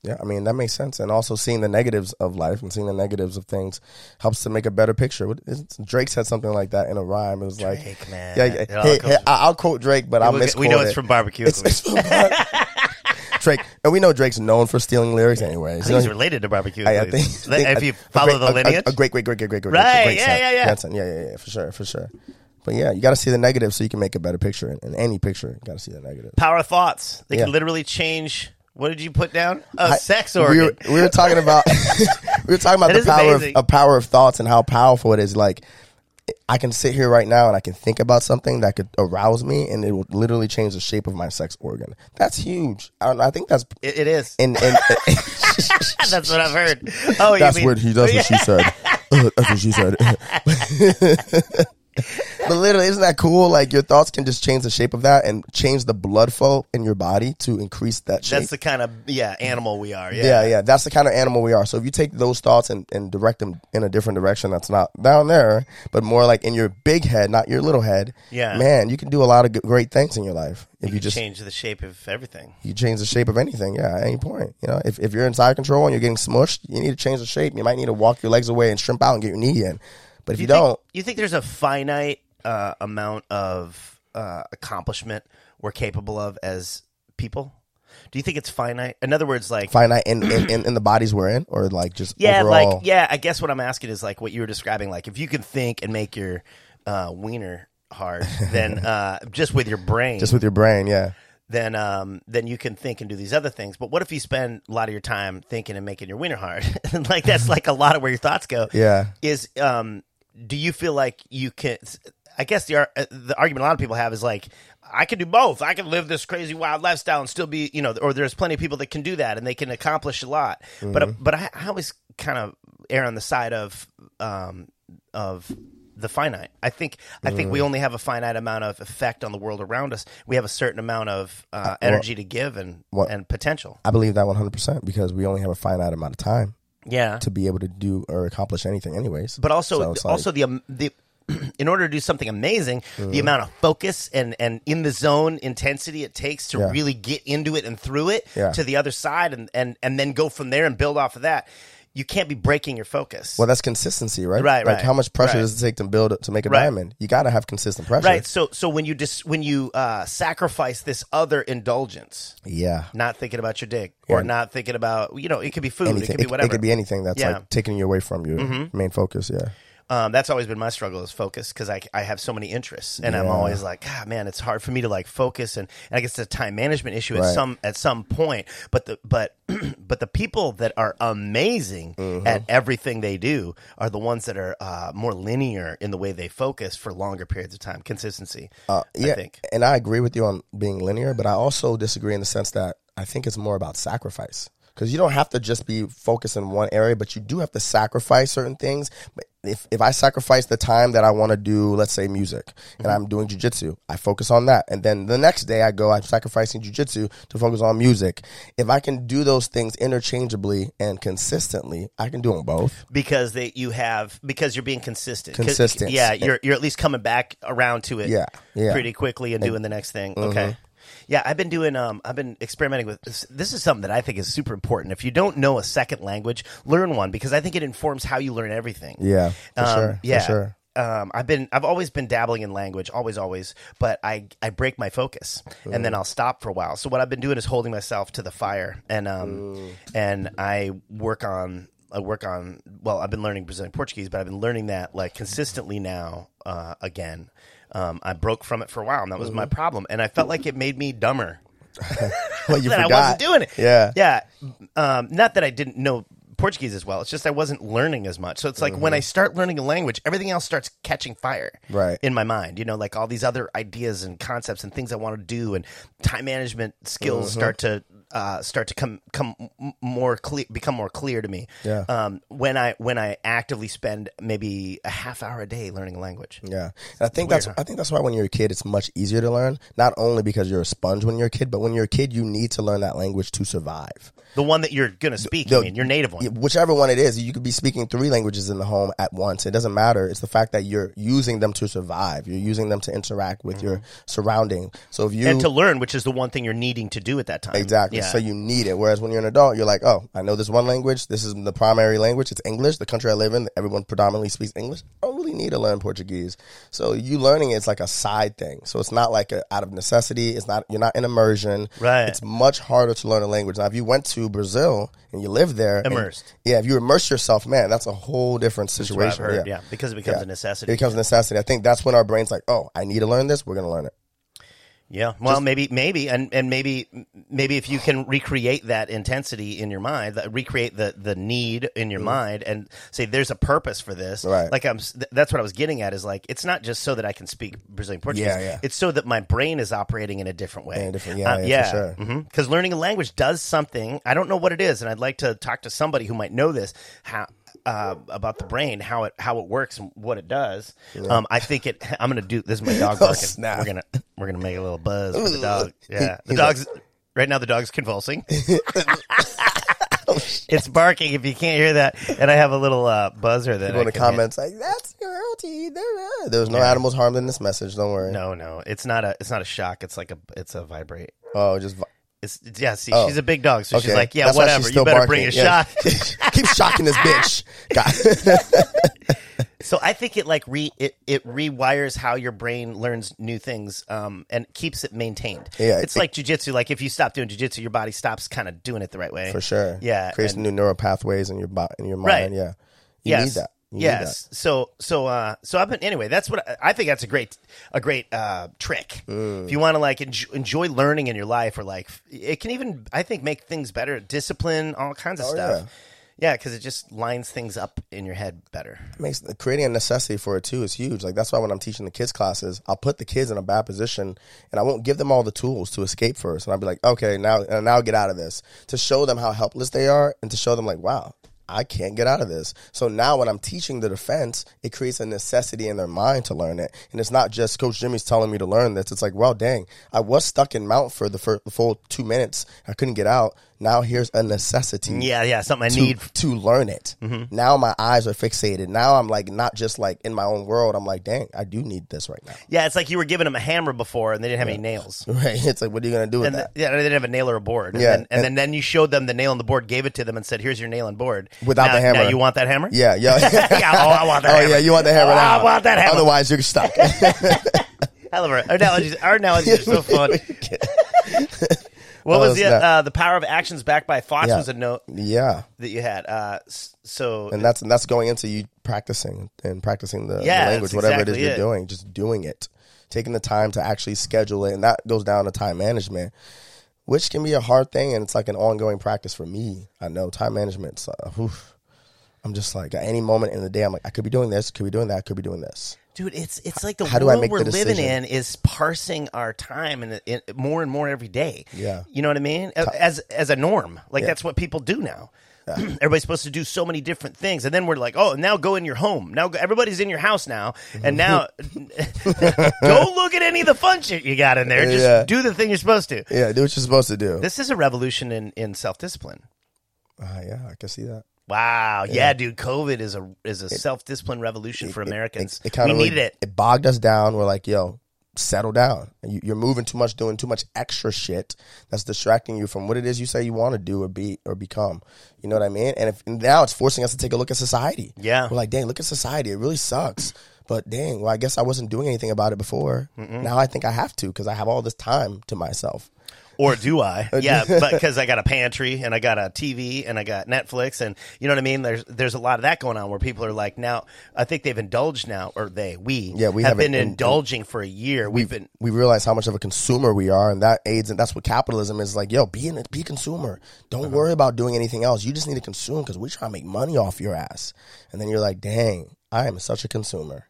Speaker 2: Yeah, I mean that makes sense, and also seeing the negatives of life and seeing the negatives of things helps to make a better picture. What is- Drake said something like that in a rhyme. It was
Speaker 1: Drake,
Speaker 2: like,
Speaker 1: man.
Speaker 2: yeah,
Speaker 1: It
Speaker 2: yeah,
Speaker 1: all
Speaker 2: hey,
Speaker 1: comes-
Speaker 2: hey, I- I'll quote Drake, but I'll
Speaker 1: we,
Speaker 2: misquote
Speaker 1: we know it's
Speaker 2: it.
Speaker 1: from barbecue.
Speaker 2: It's- it's from Drake, and we know Drake's known for stealing lyrics, anyways. You
Speaker 1: He's
Speaker 2: know,
Speaker 1: related to barbecue.
Speaker 2: I, I
Speaker 1: At
Speaker 2: think,
Speaker 1: least.
Speaker 2: I think
Speaker 1: if you
Speaker 2: a- a
Speaker 1: follow
Speaker 2: great-
Speaker 1: the
Speaker 2: a- a-
Speaker 1: lineage,
Speaker 2: a, great, great, great, great, great, great,
Speaker 1: Right,
Speaker 2: great
Speaker 1: yeah,
Speaker 2: son.
Speaker 1: yeah, yeah.
Speaker 2: grandson. yeah, yeah, yeah, for sure, for sure. But yeah, you got to see the negative so you can make a better picture. In, in any picture, you got to see the negative.
Speaker 1: power of thoughts. They
Speaker 2: Yeah.
Speaker 1: can literally change. What did you put down? A
Speaker 2: I-
Speaker 1: sex
Speaker 2: We
Speaker 1: organ.
Speaker 2: were, we were talking about we were talking about
Speaker 1: That is
Speaker 2: the power of,
Speaker 1: amazing.
Speaker 2: of power of thoughts and how powerful it is. Like I can sit here right now and I can think about something that could arouse me, and it will literally change the shape of my sex organ. That's huge. I, don't know, I think that's
Speaker 1: It- it is.
Speaker 2: and and
Speaker 1: that's what I've heard. Oh,
Speaker 2: that's
Speaker 1: you mean,
Speaker 2: what he. That's what she said. Uh, that's what she said. but literally, isn't that cool? Like your thoughts can just change the shape of that and change the blood flow in your body to increase that shape.
Speaker 1: That's the kind of yeah animal we are. Yeah.
Speaker 2: Yeah. yeah, That's the kind of animal we are. So if you take those thoughts and, and direct them in a different direction that's not down there, but more like in your big head, not your little head.
Speaker 1: Yeah.
Speaker 2: Man, you can do a lot of good, great things in your life if you, just
Speaker 1: change the shape of everything.
Speaker 2: you change the shape of anything. Yeah, at any point. You know, if, if you're inside control and you're getting smushed, you need to change the shape. You might need to walk your legs away and shrimp out and get your knee in. But if you,
Speaker 1: think,
Speaker 2: don't,
Speaker 1: You think there's a finite uh, amount of uh, accomplishment we're capable of as people? Do you think it's finite? In other words, like
Speaker 2: finite in, in, in, in the bodies we're in or like just
Speaker 1: yeah,
Speaker 2: overall.
Speaker 1: like yeah. I guess what I'm asking is like what you were describing. Like if you can think and make your uh, wiener hard, then uh, just with your brain,
Speaker 2: Just with your brain, yeah.
Speaker 1: then um then you can think and do these other things. But what if you spend a lot of your time thinking and making your winter hard? And, like that's like a lot of where your thoughts go.
Speaker 2: Yeah.
Speaker 1: Is um do you feel like you can? I guess the ar- uh, the argument a lot of people have is like I can do both. I can live this crazy wild lifestyle and still be you know. Or there's plenty of people that can do that and they can accomplish a lot. But
Speaker 2: Mm-hmm.
Speaker 1: but I, I always kind of err on the side of um of the finite. I think I think
Speaker 2: Mm-hmm.
Speaker 1: we only have a finite amount of effect on the world around us. We have a certain amount of uh, energy to give and
Speaker 2: what-
Speaker 1: and potential.
Speaker 2: I believe that 100% because we only have a finite amount of time.
Speaker 1: Yeah,
Speaker 2: to be able to do or accomplish anything anyways
Speaker 1: but
Speaker 2: So
Speaker 1: also
Speaker 2: it's like-
Speaker 1: also the um, the in order to do something amazing,
Speaker 2: Mm-hmm.
Speaker 1: the amount of focus and and in the zone intensity it takes to
Speaker 2: Yeah.
Speaker 1: really get into it and through it
Speaker 2: Yeah.
Speaker 1: to the other side and and and then go from there and build off of that. You can't be breaking your focus.
Speaker 2: well that's consistency right
Speaker 1: Right,
Speaker 2: like
Speaker 1: right,
Speaker 2: how much pressure
Speaker 1: right.
Speaker 2: does it take to build to make a
Speaker 1: Right.
Speaker 2: diamond you gotta have consistent pressure
Speaker 1: right. So so when you dis- when you uh, sacrifice this other indulgence,
Speaker 2: yeah
Speaker 1: not thinking about your dick or not thinking about you know it could be food it
Speaker 2: anything
Speaker 1: could be whatever
Speaker 2: could be anything that's
Speaker 1: Yeah. Mm-hmm.
Speaker 2: like taking you away from your main focus yeah
Speaker 1: um, that's always been my struggle is focus because I, I have so many interests and i'm
Speaker 2: Yeah.
Speaker 1: always like ah man it's hard for me to like focus and, and i guess it's a time management issue at
Speaker 2: Right.
Speaker 1: some at some point but the but but the people that are amazing
Speaker 2: Mm-hmm.
Speaker 1: at everything they do are the ones that are uh, more linear in the way they focus for longer periods of time consistency
Speaker 2: Uh, yeah,
Speaker 1: think.
Speaker 2: and I agree with you on being linear, but I also disagree in the sense that I think it's more about sacrifice because you don't have to just be focused in one area, but you do have to sacrifice certain things. But if, if I sacrifice the time that I want to do, let's say music, and I'm doing jujitsu, I focus on that. And then the next day I go, I'm sacrificing jujitsu to focus on music. If I can do those things interchangeably and consistently, I can do them both.
Speaker 1: because they you have because you're being consistent. 'Cause-
Speaker 2: Consistent.
Speaker 1: Yeah, you're you're at least coming back around to it.
Speaker 2: Yeah, yeah. Mm-hmm.
Speaker 1: pretty quickly and doing the next thing. Okay. Yeah, I've been doing. Um, I've been experimenting with. This. this is something that I think is super important. If you don't know a second language, learn one because I think it informs how you learn everything.
Speaker 2: Yeah, for
Speaker 1: Um,
Speaker 2: sure.
Speaker 1: yeah.
Speaker 2: For sure.
Speaker 1: Um, I've been I've always been dabbling in language, always, always, but I I break my focus and then I'll stop for a while. So what I've been doing is holding myself to the fire and um and I work on I work on well I've been learning Brazilian Portuguese, but I've been learning that like consistently now uh, again. Um, I broke from it for a while, and that was my problem, and I felt like it made me dumber
Speaker 2: Well, you
Speaker 1: that
Speaker 2: forgot.
Speaker 1: I wasn't doing it.
Speaker 2: Yeah.
Speaker 1: yeah. Um, not that I didn't know Portuguese as well. It's just I wasn't learning as much. So it's like when I start learning a language, everything else starts catching fire
Speaker 2: Mm-hmm. Right.
Speaker 1: in my mind. You know, like all these other ideas and concepts and things I want to do, and time management skills
Speaker 2: Mm-hmm.
Speaker 1: start to uh, start to come come m- more clear, become more clear to me.
Speaker 2: Yeah.
Speaker 1: Um, when I when I actively spend maybe a half hour a day learning a language.
Speaker 2: Yeah, and I think that's I think that's why when you're a kid, it's much easier to learn. Not only because you're a sponge when you're a kid, but when you're a kid, you need to learn that language to survive.
Speaker 1: The one that you're gonna speak, I mean, your native one.
Speaker 2: Yeah, Whichever one it is, you could be speaking three languages in the home at once. It doesn't matter. It's the fact that you're using them to survive. You're using them to interact with your surrounding. So if you
Speaker 1: Mm-hmm. And to learn, which is the one thing you're needing to do at that time.
Speaker 2: Exactly.
Speaker 1: Yeah.
Speaker 2: So you need it. Whereas when you're an adult, you're like, oh, I know this one language. This is the primary language. It's English. The country I live in, everyone predominantly speaks English. I don't really need to learn Portuguese. So you learning it's like a side thing. So it's not like a, out of necessity. It's not you're not in immersion.
Speaker 1: Right.
Speaker 2: It's much harder to learn a language. Now, if you went to Brazil and you live there, and-
Speaker 1: Immersed.
Speaker 2: yeah. If you immerse yourself, man, that's a whole different situation.
Speaker 1: what I've heard, yeah. because it becomes
Speaker 2: Yeah.
Speaker 1: a
Speaker 2: It
Speaker 1: necessity.
Speaker 2: becomes a necessity. I think that's when our brains like, oh, I need to learn this. We're gonna learn it.
Speaker 1: yeah. Well, maybe, maybe, and and maybe, maybe if you can recreate that intensity in your mind, that recreate the the need in your mind, and say there's a purpose for this.
Speaker 2: Mm. Right.
Speaker 1: Like I'm. s- th- That's what I was getting at. Is like it's not just so that I can speak Brazilian Portuguese.
Speaker 2: Yeah, yeah.
Speaker 1: It's so that my brain is operating in a different way. Uh,
Speaker 2: In a different- yeah, yeah, for sure.
Speaker 1: Because learning a language does something. I don't know what it is, and I'd like to talk to somebody who might know this how uh, about the brain, how it how it works, and what it does. Um, I think it. I'm gonna do this. Is my dog
Speaker 2: Oh,
Speaker 1: barking.
Speaker 2: snap.
Speaker 1: We're gonna we're gonna make a little buzz for the dog. Yeah, the dog's right now. The dog's convulsing.
Speaker 2: Oh,
Speaker 1: it's barking. If you can't hear that, and I have a little uh, buzzer that
Speaker 2: Go
Speaker 1: I
Speaker 2: to
Speaker 1: can
Speaker 2: comments like, that's cruelty. There, there was no animals harmed in this message. Don't worry.
Speaker 1: hit. No, no, it's not a it's not a shock. It's like a it's a vibrate.
Speaker 2: Oh, just vi-
Speaker 1: It's, it's- yeah, see, she's a big dog, so she's
Speaker 2: Oh. okay.
Speaker 1: like, yeah,
Speaker 2: That's why she's
Speaker 1: whatever. You
Speaker 2: still
Speaker 1: better
Speaker 2: barking.
Speaker 1: bring a
Speaker 2: Yeah.
Speaker 1: shot.
Speaker 2: Keep shocking this bitch. God.
Speaker 1: So I think it like re it, it rewires how your brain learns new things um and keeps it maintained.
Speaker 2: Yeah,
Speaker 1: it's
Speaker 2: it-
Speaker 1: like jujitsu. Like if you stop doing jujitsu, your body stops kind of doing it the right way.
Speaker 2: for sure.
Speaker 1: Yeah,
Speaker 2: creates
Speaker 1: and-
Speaker 2: new neural pathways in your bo- in your mind.
Speaker 1: Right.
Speaker 2: Yeah, you
Speaker 1: yes.
Speaker 2: need that. You need that.
Speaker 1: yes. So so uh so I've been anyway. That's what I, I think. That's a great a great uh trick.
Speaker 2: Mm.
Speaker 1: If you want to like enjoy, enjoy learning in your life, or like it can even I think make things better. Discipline, all kinds
Speaker 2: Oh,
Speaker 1: of stuff. Yeah, because it just lines things up in your head better.
Speaker 2: makes creating a necessity for it too is huge. Like that's why when I'm teaching the kids classes, I'll put the kids in a bad position and I won't give them all the tools to escape first. And I'll be like, okay, now and now get out of this to show them how helpless they are and to show them like, wow, I can't get out of this. So now when I'm teaching the defense, it creates a necessity in their mind to learn it, and it's not just Coach Jimmy's telling me to learn this. It's like, well, dang, I was stuck in Mount for the, fir- the full two minutes. I couldn't get out. Now here's a necessity
Speaker 1: Yeah, yeah, something I
Speaker 2: to,
Speaker 1: need
Speaker 2: to learn it.
Speaker 1: Mm-hmm.
Speaker 2: Now my eyes are fixated. Now I'm like not just like in my own world. I'm like, dang, I do need this right now.
Speaker 1: Yeah, it's like you were giving them a hammer before and they didn't have any nails.
Speaker 2: Right? It's like, what are you gonna do with
Speaker 1: And
Speaker 2: that?
Speaker 1: the- yeah, they didn't have a nail or a board. And,
Speaker 2: Yeah,
Speaker 1: then, and,
Speaker 2: and-
Speaker 1: then, then you showed them the nail on the board, gave it to them, and said, "Here's your nail and board."
Speaker 2: Without
Speaker 1: Now-
Speaker 2: the hammer.
Speaker 1: now you want that hammer?
Speaker 2: yeah, yeah.
Speaker 1: yeah. Oh, I want that.
Speaker 2: oh
Speaker 1: hammer.
Speaker 2: yeah, you want the hammer?
Speaker 1: Oh,
Speaker 2: now.
Speaker 1: I want that hammer.
Speaker 2: Otherwise, you're stuck.
Speaker 1: Hell of a- Our analogies, our analogies are so fun. what
Speaker 2: Oh,
Speaker 1: was the
Speaker 2: snap.
Speaker 1: uh, the power of actions backed by Fox
Speaker 2: Yeah.
Speaker 1: was a note
Speaker 2: yeah,
Speaker 1: that you had. Uh, s- so
Speaker 2: and that's and that's going into you practicing and practicing the, the
Speaker 1: Yeah,
Speaker 2: language,
Speaker 1: that's
Speaker 2: whatever it
Speaker 1: exactly
Speaker 2: is you're
Speaker 1: it.
Speaker 2: doing, just doing it, taking the time to actually schedule it, and that goes down to time management. Which can be a hard thing, and it's like an ongoing practice for me. I know time management. Uh, oof. I'm just like at any moment in the day, I'm like, I could be doing this, could be doing that, could be doing this.
Speaker 1: dude it's it's like the
Speaker 2: How do I
Speaker 1: world
Speaker 2: make
Speaker 1: we're
Speaker 2: the
Speaker 1: living in
Speaker 2: decision?
Speaker 1: is parsing our time and it, it- more and more every day
Speaker 2: Yeah.
Speaker 1: you know what i mean as as a norm like that's what people do now everybody's supposed to do so many different things and then we're like oh now go in your home now go, everybody's in your house now and now go look at any of the fun shit you got in there just
Speaker 2: Yeah.
Speaker 1: do the thing you're supposed to
Speaker 2: Yeah, do what you're supposed to do.
Speaker 1: this is a revolution in in self-discipline
Speaker 2: Ah, yeah, I can see that.
Speaker 1: Wow. Yeah, dude. COVID is a is a self discipline revolution for Americans.
Speaker 2: It
Speaker 1: we
Speaker 2: kind of
Speaker 1: needed it.
Speaker 2: It bogged us down. We're like, yo, settle down. You- You're moving too much, doing too much extra shit that's distracting you from what it is you say you want to do or be or become. You know what I mean? And if and now it's forcing us to take a look at society.
Speaker 1: Yeah.
Speaker 2: we're like, dang, look at society. It really sucks. But dang, well, I guess I wasn't doing anything about it before. Now I think I have to because I have all this time to myself.
Speaker 1: Or do I? yeah, but because I got a pantry and I got a TV and I got Netflix and you know what I mean. There's there's a lot of that going on where people are like now. I think they've indulged now, or they we
Speaker 2: Yeah, we
Speaker 1: have
Speaker 2: haven't
Speaker 1: been
Speaker 2: in-
Speaker 1: indulging for a year. We've been
Speaker 2: we realize how much of a consumer we are, and that aids, and that's what capitalism is like. Yo, be an, be a consumer.
Speaker 1: Uh-huh.
Speaker 2: Don't worry about doing anything else. You just need to consume because we're trying to make money off your ass. And then you're like, dang, I am such a consumer.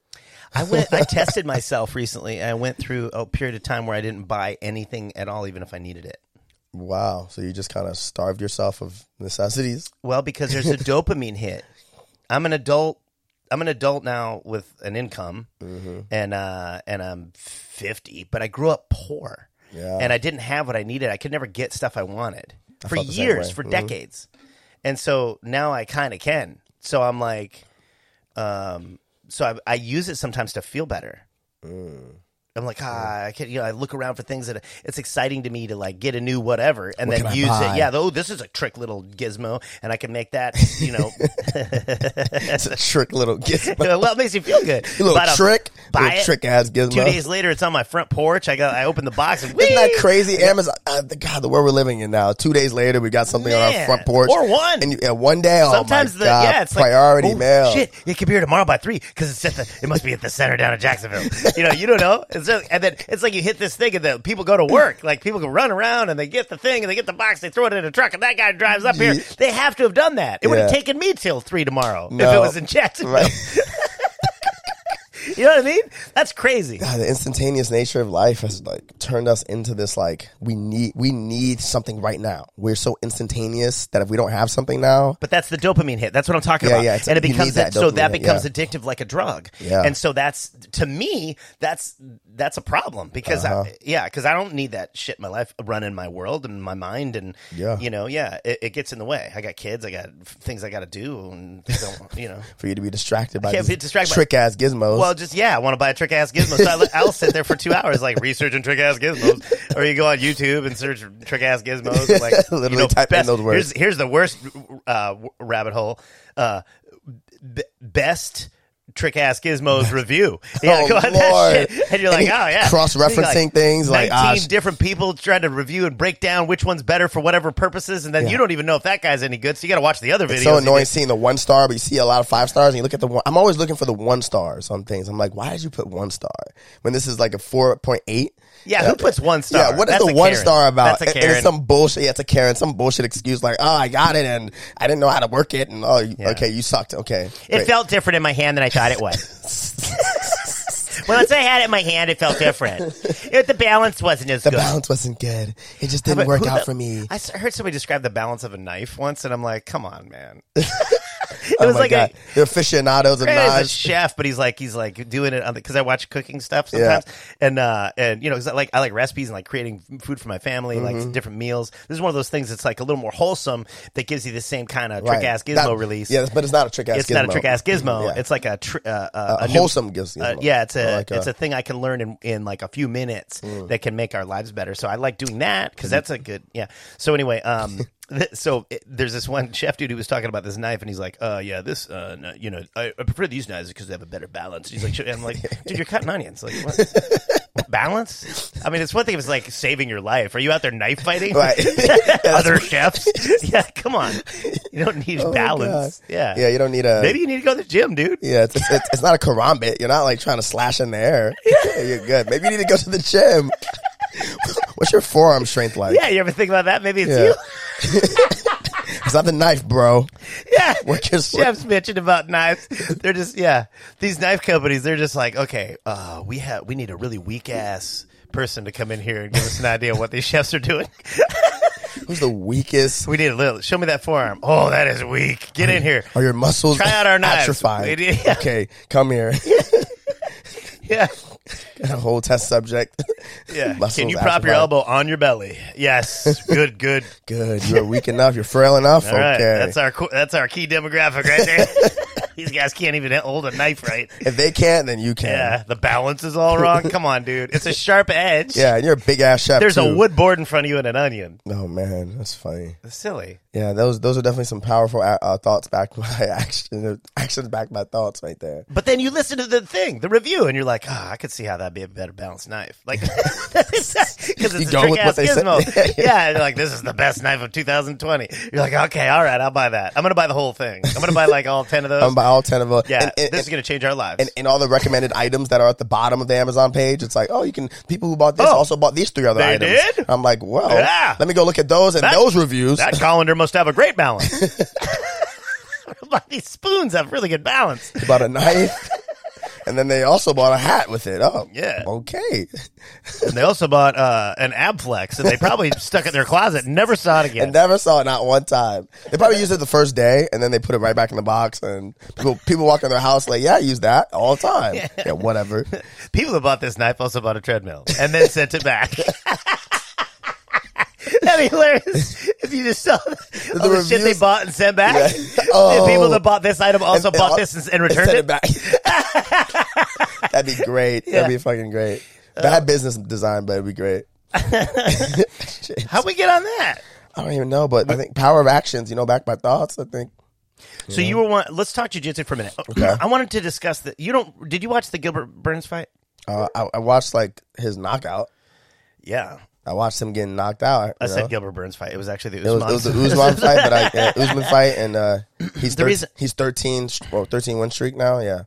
Speaker 1: I went. I tested myself recently. and I went through a period of time where I didn't buy anything at all, even if I needed it.
Speaker 2: Wow. So you just kind of starved yourself of necessities.
Speaker 1: Well, because there's a dopamine hit. I'm an adult. I'm an adult now with an income,
Speaker 2: Mm-hmm.
Speaker 1: and uh, and I'm 50. But I grew up poor,
Speaker 2: Yeah.
Speaker 1: and I didn't have what I needed. I could never get stuff I wanted for
Speaker 2: felt the same
Speaker 1: years,
Speaker 2: way. Mm-hmm.
Speaker 1: for decades, and so now I kind of can. So I'm like, um, so I, I use it sometimes to feel better.
Speaker 2: Mm.
Speaker 1: I'm like, ah, I can you know, I look around for things that it's exciting to me to like get a new whatever and
Speaker 2: can
Speaker 1: then
Speaker 2: I
Speaker 1: use
Speaker 2: buy?
Speaker 1: it. Yeah, oh, this is a trick little gizmo, and I can make that, you know,
Speaker 2: It's a trick little gizmo.
Speaker 1: well, it makes you feel good.
Speaker 2: You little
Speaker 1: But I'll
Speaker 2: trick.
Speaker 1: buy
Speaker 2: Little
Speaker 1: it.
Speaker 2: trick ass gizmo.
Speaker 1: Two days later, it's on my front porch. I got, I open the box and
Speaker 2: Isn't that
Speaker 1: whee!
Speaker 2: crazy? Amazon, uh, the- God, the world we're living in now. Two days later, we got something on
Speaker 1: Man.
Speaker 2: our front porch,
Speaker 1: Or one.
Speaker 2: and, you, and one day. oh my
Speaker 1: Sometimes the
Speaker 2: God,
Speaker 1: yeah, it's
Speaker 2: priority
Speaker 1: like, oh,
Speaker 2: mail.
Speaker 1: Shit, it could be here tomorrow by three because it's at the. It must be at the center down in Jacksonville. You know, you don't know. It's just, and then it's like you hit this thing and then people go to work. Like people go run around and they get the thing and they get the box. They throw it in a truck and that guy drives up here.
Speaker 2: Yeah.
Speaker 1: They have to have done that. It would have
Speaker 2: Yeah.
Speaker 1: taken me till three tomorrow if it
Speaker 2: No.
Speaker 1: was in Jacksonville.
Speaker 2: Right.
Speaker 1: You know what I mean? That's crazy.
Speaker 2: God, the instantaneous nature of life has like turned us into this like we need we need something right now. We're so instantaneous that if we don't have something now,
Speaker 1: But that's the dopamine hit. That's what I'm talking
Speaker 2: Yeah,
Speaker 1: about.
Speaker 2: yeah, it's-
Speaker 1: and it
Speaker 2: you need
Speaker 1: becomes
Speaker 2: that
Speaker 1: so that
Speaker 2: dopamine hit,
Speaker 1: becomes
Speaker 2: yeah.
Speaker 1: addictive like a drug.
Speaker 2: Yeah.
Speaker 1: And so that's to me that's that's a problem because
Speaker 2: Uh-huh.
Speaker 1: I, yeah because I don't need that shit in my life running my world and my mind and
Speaker 2: Yeah.
Speaker 1: you know yeah it, it gets in the way. I got kids. I got f- things I got to do and things I want, you know.
Speaker 2: for you to be distracted by
Speaker 1: can't
Speaker 2: these
Speaker 1: be distracted by-
Speaker 2: trick ass gizmos.
Speaker 1: Well, just yeah, I want to buy a trick ass gizmo. So I, I'll sit there for two hours, like researching trick ass gizmos, or you go on YouTube and search trick ass gizmos. and, Like
Speaker 2: Literally
Speaker 1: you know,
Speaker 2: type in
Speaker 1: best-
Speaker 2: those words.
Speaker 1: Here's, here's the worst uh, w- rabbit hole: uh, b- best trick ass gizmos review. Yeah,
Speaker 2: Oh,
Speaker 1: go on
Speaker 2: Lord.
Speaker 1: that shit, and you're like,
Speaker 2: And
Speaker 1: oh yeah,
Speaker 2: cross-referencing
Speaker 1: Like,
Speaker 2: things, like, ah,
Speaker 1: nineteen
Speaker 2: sh-
Speaker 1: different people trying to review and break down which one's better for whatever purposes, and then you don't even know if that guy's any good, so you got to watch the other videos.
Speaker 2: it's so
Speaker 1: he
Speaker 2: annoying
Speaker 1: did.
Speaker 2: seeing the one star, but you see a lot of five stars, and you look at the one. I'm always looking for the one stars on things. I'm like, why did you put one star when this is like a four point eight?
Speaker 1: Yeah, who puts one star?
Speaker 2: Yeah, what is
Speaker 1: That's
Speaker 2: the
Speaker 1: a
Speaker 2: one
Speaker 1: Karen.
Speaker 2: star about?
Speaker 1: That's a
Speaker 2: And-
Speaker 1: Karen.
Speaker 2: And it's some bullshit. Yeah, it's a Karen. Some bullshit excuse like, oh, I got it, and I didn't know how to work it, and oh, you- okay, you sucked. Okay,
Speaker 1: It
Speaker 2: great.
Speaker 1: felt different in my hand than I thought it would. Once I had it in my hand, it felt different. It, the balance wasn't as
Speaker 2: The
Speaker 1: good.
Speaker 2: balance wasn't good. It just didn't
Speaker 1: But
Speaker 2: work
Speaker 1: who
Speaker 2: out
Speaker 1: the-
Speaker 2: for me.
Speaker 1: I s- heard somebody describe the balance of a knife once, and I'm like, come on, man. it
Speaker 2: oh
Speaker 1: was
Speaker 2: my
Speaker 1: like
Speaker 2: god,
Speaker 1: a.
Speaker 2: the aficionados of
Speaker 1: He's a
Speaker 2: Nas.
Speaker 1: chef, but he's like he's like doing it on because I watch cooking stuff sometimes, and uh and you know 'cause I like I like recipes and like creating food for my family,
Speaker 2: Mm-hmm.
Speaker 1: like different meals. This is one of those things that's like a little more wholesome that gives you the same kind of trick ass
Speaker 2: Right.
Speaker 1: gizmo
Speaker 2: That-
Speaker 1: release.
Speaker 2: Yeah, but it's not a trick ass.
Speaker 1: it's not a trick ass gizmo. It's like a tr- uh, uh,
Speaker 2: a
Speaker 1: new-
Speaker 2: wholesome giz-
Speaker 1: uh,
Speaker 2: gizmo.
Speaker 1: yeah, it's a
Speaker 2: I like Mm.
Speaker 1: it's a thing I can learn in, in like a few minutes that can make our lives better. So I like doing that because that's a good yeah. So anyway, um, th- so it, there's this one chef dude who was talking about this knife, and he's like, uh, yeah, this, uh, no, you know, I, I prefer these knives because they have a better balance. He's like, "Sure." I'm like, dude, you're cutting onions, like what? balance. I mean, it's one thing if it's like saving your life. Are you out there knife fighting?
Speaker 2: Right. Yeah, that's
Speaker 1: Other chefs, yeah, come on, you don't need
Speaker 2: Oh my
Speaker 1: balance.
Speaker 2: God.
Speaker 1: Yeah,
Speaker 2: yeah. You don't need a
Speaker 1: Maybe you need to go to the gym, dude.
Speaker 2: Yeah, it's, it's, it's, it's not a karambit. You're not like trying to slash in the air. Yeah, you're good. Maybe you need to go to the gym. What's your forearm strength like?
Speaker 1: Yeah, you ever think about that? Maybe it's
Speaker 2: Yeah.
Speaker 1: you.
Speaker 2: Is it's not the knife, bro.
Speaker 1: yeah.
Speaker 2: What is-
Speaker 1: Chef's bitching about knives. They're just yeah. These knife companies, they're just like, okay, uh, we have we need a really weak ass person to come in here and give us an idea of what these chefs are doing.
Speaker 2: Who's the weakest?
Speaker 1: We need a little. Show me that forearm. Oh, that is weak. Get in here.
Speaker 2: Are your muscles
Speaker 1: Try out our knives.
Speaker 2: atrophied?
Speaker 1: We did- yeah.
Speaker 2: Okay, come here.
Speaker 1: Yeah.
Speaker 2: Got a whole test subject.
Speaker 1: Yeah.
Speaker 2: Muscles
Speaker 1: Can you prop your
Speaker 2: atrophied.
Speaker 1: elbow on your belly? Yes. Good. Good.
Speaker 2: Good. You're weak enough. You're frail enough.
Speaker 1: All right.
Speaker 2: okay.
Speaker 1: That's our co- that's our key demographic right there. These guys can't even hold a knife right.
Speaker 2: if they can't, then you can.
Speaker 1: Yeah, the balance is all wrong. Come on, dude. It's a sharp edge.
Speaker 2: Yeah, and you're a big ass chef.
Speaker 1: There's a
Speaker 2: too.
Speaker 1: wood board in front of you and an onion.
Speaker 2: Oh man, that's funny.
Speaker 1: That's silly.
Speaker 2: Yeah, those those are definitely some powerful a- uh, thoughts back my action actions back my thoughts right there.
Speaker 1: But then you listen to the thing, the review, and you're like, ah, I could see how that'd be a better balanced knife. Like, because it's
Speaker 2: You
Speaker 1: a
Speaker 2: go
Speaker 1: trick
Speaker 2: with
Speaker 1: ass
Speaker 2: what they said.
Speaker 1: gizmo. yeah, and you're like, this is the best knife of 2020. You're like, okay, all right, I'll buy that. I'm going to buy the whole thing. I'm going to buy like all 10 of those.
Speaker 2: Um, by all ten of us,
Speaker 1: yeah,
Speaker 2: and, and,
Speaker 1: this is going to change our lives.
Speaker 2: and, and all the recommended items that are at the bottom of the Amazon page, it's like, oh, you can people who bought this
Speaker 1: Oh.
Speaker 2: also bought these three other
Speaker 1: They
Speaker 2: items.
Speaker 1: did?
Speaker 2: I'm like, well,
Speaker 1: Yeah.
Speaker 2: let me go look at those and
Speaker 1: That-
Speaker 2: those reviews.
Speaker 1: that colander must have a great balance. Like, These spoons have really good balance.
Speaker 2: They bought a knife, and then they also bought a hat with it. Oh,
Speaker 1: Yeah.
Speaker 2: okay.
Speaker 1: And they also bought uh, an Abflex, and they probably stuck it in their closet and never saw it again.
Speaker 2: And never saw it, not one time. They probably used it the first day, and then they put it right back in the box. And people, people walk in their house like, "Yeah, I use that all the time." Yeah, whatever.
Speaker 1: People that bought this knife also bought a treadmill and then sent it back. That'd be hilarious if you just saw all the, shit they
Speaker 2: reviews-
Speaker 1: bought and sent back.
Speaker 2: Yeah.
Speaker 1: The
Speaker 2: Oh.
Speaker 1: people that bought this item also
Speaker 2: And- and
Speaker 1: bought
Speaker 2: all-
Speaker 1: this and, and returned
Speaker 2: send
Speaker 1: it.
Speaker 2: it back. That'd be great. That'd be fucking great. Bad business design, but it'd be great. Shit.
Speaker 1: How'd we get on that?
Speaker 2: I don't even know, but I think power of actions. You know, back by thoughts. I think.
Speaker 1: So you were one. Let's talk jujitsu for a minute.
Speaker 2: Okay.
Speaker 1: I wanted to discuss that. You don't? Did you watch the Gilbert Burns fight?
Speaker 2: Uh, I, I watched like his knockout.
Speaker 1: Yeah,
Speaker 2: I watched him getting knocked out. you
Speaker 1: I
Speaker 2: know?
Speaker 1: said Gilbert Burns fight. It was actually the
Speaker 2: It
Speaker 1: Usman.
Speaker 2: was, it was the Usman fight, but I, uh, Usman fight, and uh, he's thir-
Speaker 1: reason-
Speaker 2: he's thirteen, st- well, 13 win streak now. Yeah,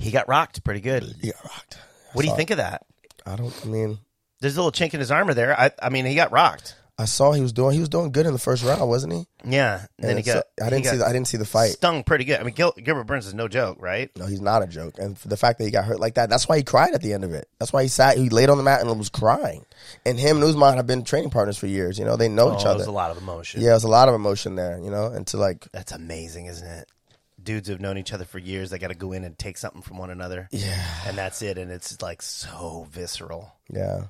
Speaker 1: he got rocked pretty good.
Speaker 2: he got rocked.
Speaker 1: What do you think of that?
Speaker 2: I don't. I mean,
Speaker 1: There's a little chink in his armor there. I, I mean, he got rocked.
Speaker 2: I saw he was doing he was doing good in the first round, wasn't he?
Speaker 1: Yeah, and then he
Speaker 2: so-
Speaker 1: got.
Speaker 2: I
Speaker 1: he
Speaker 2: didn't
Speaker 1: got
Speaker 2: see the, I didn't see the fight.
Speaker 1: stung pretty good. I mean, Gil- Gilbert Burns is no joke, right?
Speaker 2: No, he's not a joke, and for the fact that he got hurt like that, that's why he cried at the end of it. That's why he sat, he laid on the mat and was crying. And him and Usman have been training partners for years. You know, they know each
Speaker 1: Oh,
Speaker 2: other.
Speaker 1: there's a lot of emotion.
Speaker 2: yeah, it was a lot of emotion there. You know, and to like,
Speaker 1: That's amazing, isn't it? Dudes have known each other for years. They got to go in and take something from one another.
Speaker 2: yeah,
Speaker 1: And that's it. And it's like so visceral.
Speaker 2: yeah.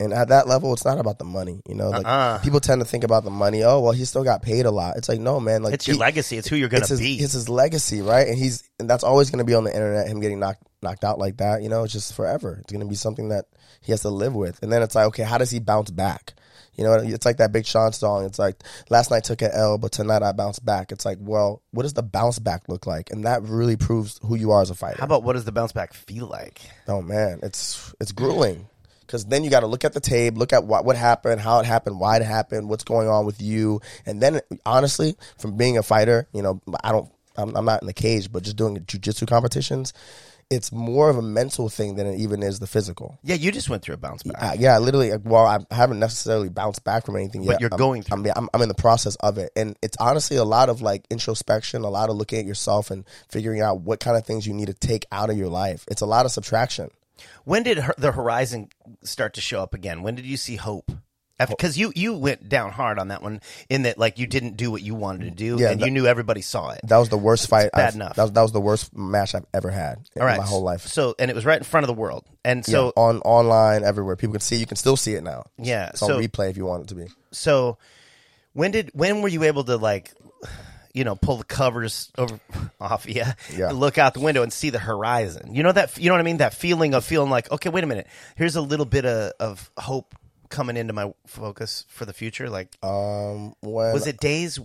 Speaker 2: And at that level, it's not about the money. You know, like
Speaker 1: Uh-uh.
Speaker 2: people tend to think about the money. Oh, well, he still got paid a lot. It's like, no, man. Like
Speaker 1: It's your
Speaker 2: he-
Speaker 1: legacy. It's who you're going
Speaker 2: it's
Speaker 1: to
Speaker 2: his,
Speaker 1: be.
Speaker 2: it's his legacy, right? And he's and that's always going to be on the internet. Him getting knocked knocked out like that, you know, it's just forever. It's going to be something that he has to live with. And then it's like, okay, how does he bounce back? You know, it's like that Big Sean song. It's like last night took an L, but tonight I bounce back. It's like, well, what does the bounce back look like? And that really proves who you are as a fighter.
Speaker 1: How about what does the bounce back feel like?
Speaker 2: Oh man, it's it's grueling because then you got to look at the tape, look at what what happened, how it happened, why it happened, what's going on with you, and then honestly, from being a fighter, you know, I don't, I'm, I'm not in the cage, but just doing jujitsu competitions, it's more of a mental thing than it even is the physical.
Speaker 1: Yeah, you just went through a bounce back.
Speaker 2: I, yeah, I literally. like, Well, I haven't necessarily bounced back from anything yet.
Speaker 1: you're
Speaker 2: I'm-
Speaker 1: going through
Speaker 2: I'm, I'm, I'm in the process of it, and it's honestly a lot of like introspection, a lot of looking at yourself and figuring out what kind of things you need to take out of your life. It's a lot of subtraction.
Speaker 1: When did her, the horizon start to show up again? When did you see hope? Because you you went down hard on that one in that like you didn't do what you wanted to do,
Speaker 2: Yeah,
Speaker 1: and
Speaker 2: that-
Speaker 1: you knew everybody saw it.
Speaker 2: That was the worst fight.
Speaker 1: bad
Speaker 2: I've-
Speaker 1: enough.
Speaker 2: That was, that was the worst match I've ever had in
Speaker 1: All right,
Speaker 2: my whole life.
Speaker 1: So and it was right in front of the world, and so
Speaker 2: So on online, everywhere, people can see. it. You can still see it now.
Speaker 1: Yeah,
Speaker 2: it's on
Speaker 1: so-
Speaker 2: replay if you want it to be.
Speaker 1: so when did when were you able to like you know pull the covers over off you
Speaker 2: Yeah.
Speaker 1: look out the window and see the horizon you know that you know what i mean that feeling of feeling like okay wait a minute here's a little bit of, of hope coming into my focus for the future like
Speaker 2: Um, when
Speaker 1: was
Speaker 2: it?
Speaker 1: it days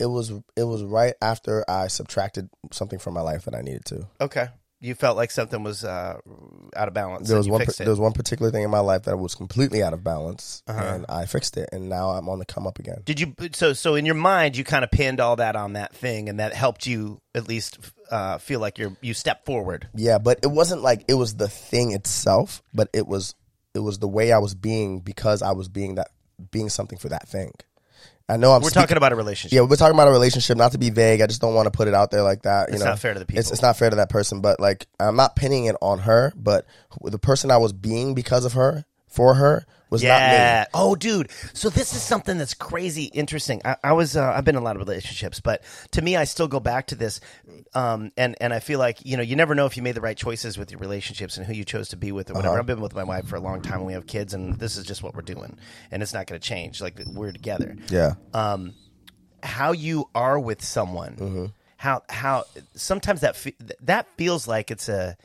Speaker 2: was it was right after I subtracted something from my life that I needed to.
Speaker 1: okay you felt like something was uh, out of balance
Speaker 2: There
Speaker 1: and
Speaker 2: was
Speaker 1: you
Speaker 2: one. par-
Speaker 1: fixed it. Uh-huh.
Speaker 2: There was one particular thing in my life that was completely out of balance, and I fixed it. And now I'm on the come up again.
Speaker 1: did you so so in your mind you kind of pinned all that on that thing and that helped you at least uh, feel like you're you step forward
Speaker 2: Yeah, but it wasn't like it was the thing itself, but it was it was the way I was being because I was being that being something for that thing. I know I'm
Speaker 1: We're
Speaker 2: speaking-
Speaker 1: talking about a relationship.
Speaker 2: yeah, we're talking about a relationship. Not to be vague, I just don't want to put it out there like that. You
Speaker 1: It's
Speaker 2: know,
Speaker 1: not fair to the
Speaker 2: It's,
Speaker 1: people.
Speaker 2: it's not fair to that person. But like, I'm not pinning it on her. But wh- the person I was being because of her, for her, was
Speaker 1: Yeah. Oh, dude. So this is something that's crazy interesting. I, I was uh, I've been in a lot of relationships, but to me, I still go back to this, um, and and I feel like you know you never know if you made the right choices with your relationships and who you chose to be with or whatever. I've been with my wife for a long time, and we have kids, and this is just what we're doing, and it's not going to change. Like we're together.
Speaker 2: not me. Yeah,
Speaker 1: Um, how you are with someone. How how sometimes that fe- that feels like it's a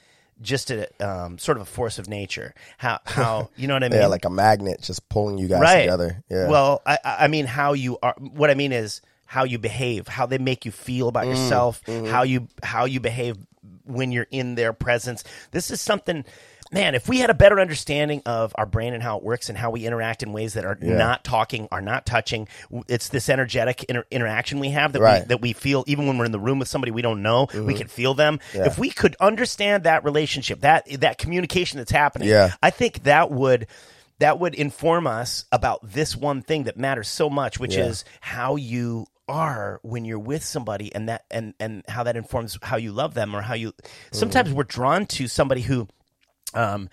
Speaker 1: just a um, sort of a force of nature. How how you know what I mean?
Speaker 2: yeah, like a magnet just pulling you guys together. Yeah.
Speaker 1: Well, I, I I mean, how you are. What I mean is how you behave, how they make you feel
Speaker 2: Mm,
Speaker 1: about yourself,
Speaker 2: mm-hmm.
Speaker 1: how you how you behave when you're in their presence. This is something. Man, if we had a better understanding of our brain and how it works and how we interact in ways that are not talking, are not touching, w- it's this energetic inter- interaction we have that we,
Speaker 2: Right. Mm-hmm.
Speaker 1: that we feel even when we're in the room with somebody we don't know, we can feel them. If we could understand that relationship, that that communication that's happening,
Speaker 2: Yeah.
Speaker 1: I think that would that would inform us about this one thing that matters so much, which is how you are when you're with somebody and that and and how that informs how you love them or how you
Speaker 2: Mm.
Speaker 1: sometimes we're drawn to somebody who um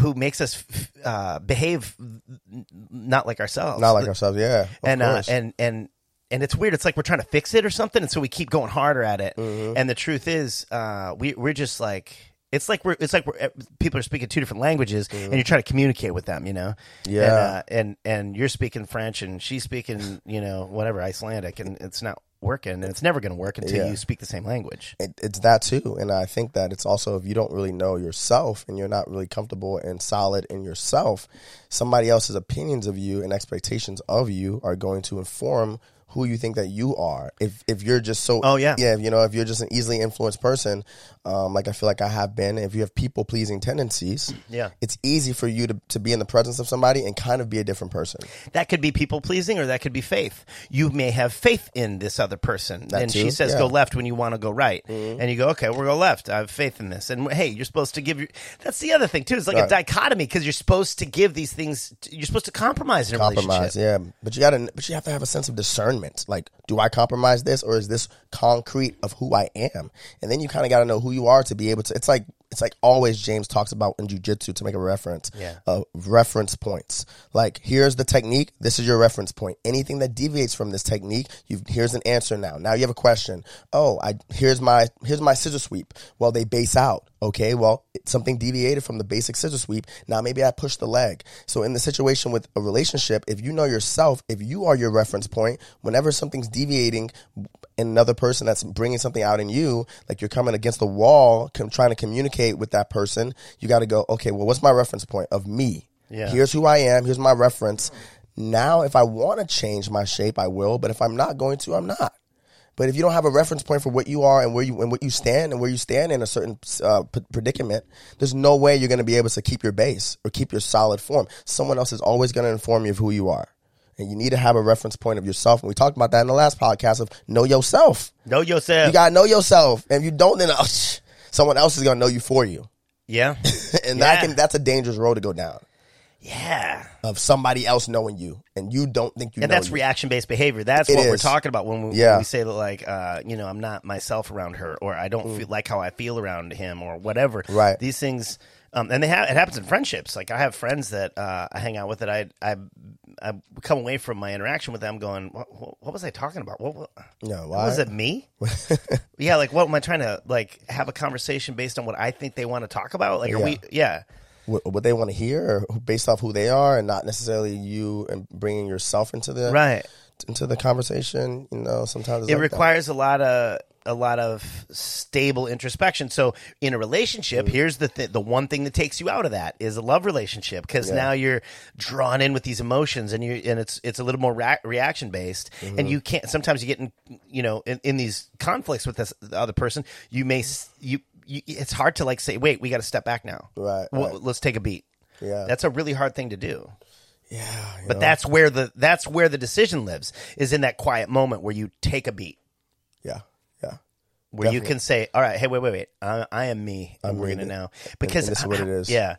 Speaker 1: who makes us f- uh behave n- n- not like ourselves
Speaker 2: not like ourselves. Yeah, of
Speaker 1: and uh,
Speaker 2: course.
Speaker 1: and and and it's weird. It's like we're trying to fix it or something, and so we keep going harder at it.
Speaker 2: Mm-hmm.
Speaker 1: And the truth is, uh, we we're just like it's like we're it's like we're eh, people are speaking two different languages, and you're trying to communicate with them, you know. And,
Speaker 2: Mm-hmm. Yeah.
Speaker 1: uh, and and you're speaking French, and she's speaking you know whatever Icelandic, and it's not working, and it's never going to work until
Speaker 2: Yeah.
Speaker 1: you speak the same language.
Speaker 2: it, it's that too and i think that it's also if you don't really know yourself and you're not really comfortable and solid in yourself somebody else's opinions of you and expectations of you are going to inform who you think that you are if if you're just so
Speaker 1: Oh, yeah.
Speaker 2: yeah you know if you're just an easily influenced person um like i feel like i have been if you have people pleasing tendencies
Speaker 1: Yeah.
Speaker 2: it's easy for you to, to be in the presence of somebody and kind of be a different person
Speaker 1: That could be people pleasing, or that could be faith. You may have faith in this other person, and she
Speaker 2: too,
Speaker 1: says
Speaker 2: yeah. Mm-hmm.
Speaker 1: go left when you want to go right, and you go okay, we'll go left. I have faith in this, and hey, you're supposed to give your. That's the other thing too. It's like a
Speaker 2: Right.
Speaker 1: dichotomy because you're supposed to give these things. You're supposed to compromise in a
Speaker 2: compromise
Speaker 1: relationship.
Speaker 2: yeah but you gotta but you have to have a sense of discernment like do i compromise this or is this concrete of who i am and then you kind of gotta know who you are to be able to it's like it's like always james talks about in jujitsu to make a reference
Speaker 1: Yeah.
Speaker 2: uh, reference points like here's the technique this is your reference point anything that deviates from this technique you've here's an answer now now you have a question oh i here's my here's my scissor sweep well they base out okay well it- something deviated from the basic scissor sweep now maybe i push the leg so in the situation with a relationship if you know yourself if you are your reference point whenever something's deviating in another person that's bringing something out in you like you're coming against the wall com- trying to communicate with that person you got to go okay well what's my reference point of me
Speaker 1: Yeah.
Speaker 2: here's who i am here's my reference now if i want to change my shape i will but if i'm not going to i'm not but if you don't have a reference point for what you are and where you and what you stand and where you stand in a certain uh, p- predicament, there's no way you're going to be able to keep your base or keep your solid form. Someone else is always going to inform you of who you are, and you need to have a reference point of yourself. And we talked about that in the last podcast of know yourself.
Speaker 1: Know yourself.
Speaker 2: You got to know yourself, and if you don't, then uh, someone else is going to know you for you,
Speaker 1: yeah,
Speaker 2: and
Speaker 1: Yeah.
Speaker 2: that can, that's a dangerous road to go down
Speaker 1: yeah.
Speaker 2: of somebody else knowing you, and you don't think you
Speaker 1: And
Speaker 2: know
Speaker 1: that's
Speaker 2: you.
Speaker 1: reaction based behavior. That's
Speaker 2: It
Speaker 1: what we're
Speaker 2: is.
Speaker 1: talking about when we,
Speaker 2: Yeah.
Speaker 1: we say that, like, uh, you know, I'm not myself around her, or I don't feel like how I feel around him, or whatever.
Speaker 2: Mm. Right.
Speaker 1: These things, um, and they have it happens in friendships. Like I have friends that uh, I hang out with that I I I come away from my interaction with them going, what, what, what was I talking about? What, what
Speaker 2: No,
Speaker 1: what was
Speaker 2: I-
Speaker 1: it me? yeah, like what am I trying to like have a conversation based on what I think they want to talk about? Like, are
Speaker 2: Yeah.
Speaker 1: we? Yeah.
Speaker 2: what, what they want to hear or who- based off who they are and not necessarily you and bringing yourself into the
Speaker 1: Right.
Speaker 2: into the conversation you know sometimes it's
Speaker 1: it
Speaker 2: like that.
Speaker 1: requires a lot of a lot of stable introspection. So in a
Speaker 2: Mm-hmm.
Speaker 1: relationship, here's the th- the one thing that takes you out of that is a love relationship because now you're drawn in with these emotions and you and it's it's a little more ra- reaction based
Speaker 2: Mm-hmm.
Speaker 1: and you can't sometimes you get in you know in, in these conflicts with this the other person you may s- you, you it's hard to like say wait we got to step back now
Speaker 2: Right,
Speaker 1: well,
Speaker 2: right.
Speaker 1: let's take a beat
Speaker 2: Yeah.
Speaker 1: that's a really hard thing to do
Speaker 2: yeah you
Speaker 1: but
Speaker 2: know?
Speaker 1: that's where the that's where the decision lives is in that quiet moment where you take a beat
Speaker 2: yeah yeah
Speaker 1: where you can say, "All right, hey, wait, wait, wait, I, I am me. I'm,
Speaker 2: I'm
Speaker 1: we're
Speaker 2: me.
Speaker 1: gonna now because
Speaker 2: and this is what it is.
Speaker 1: Yeah.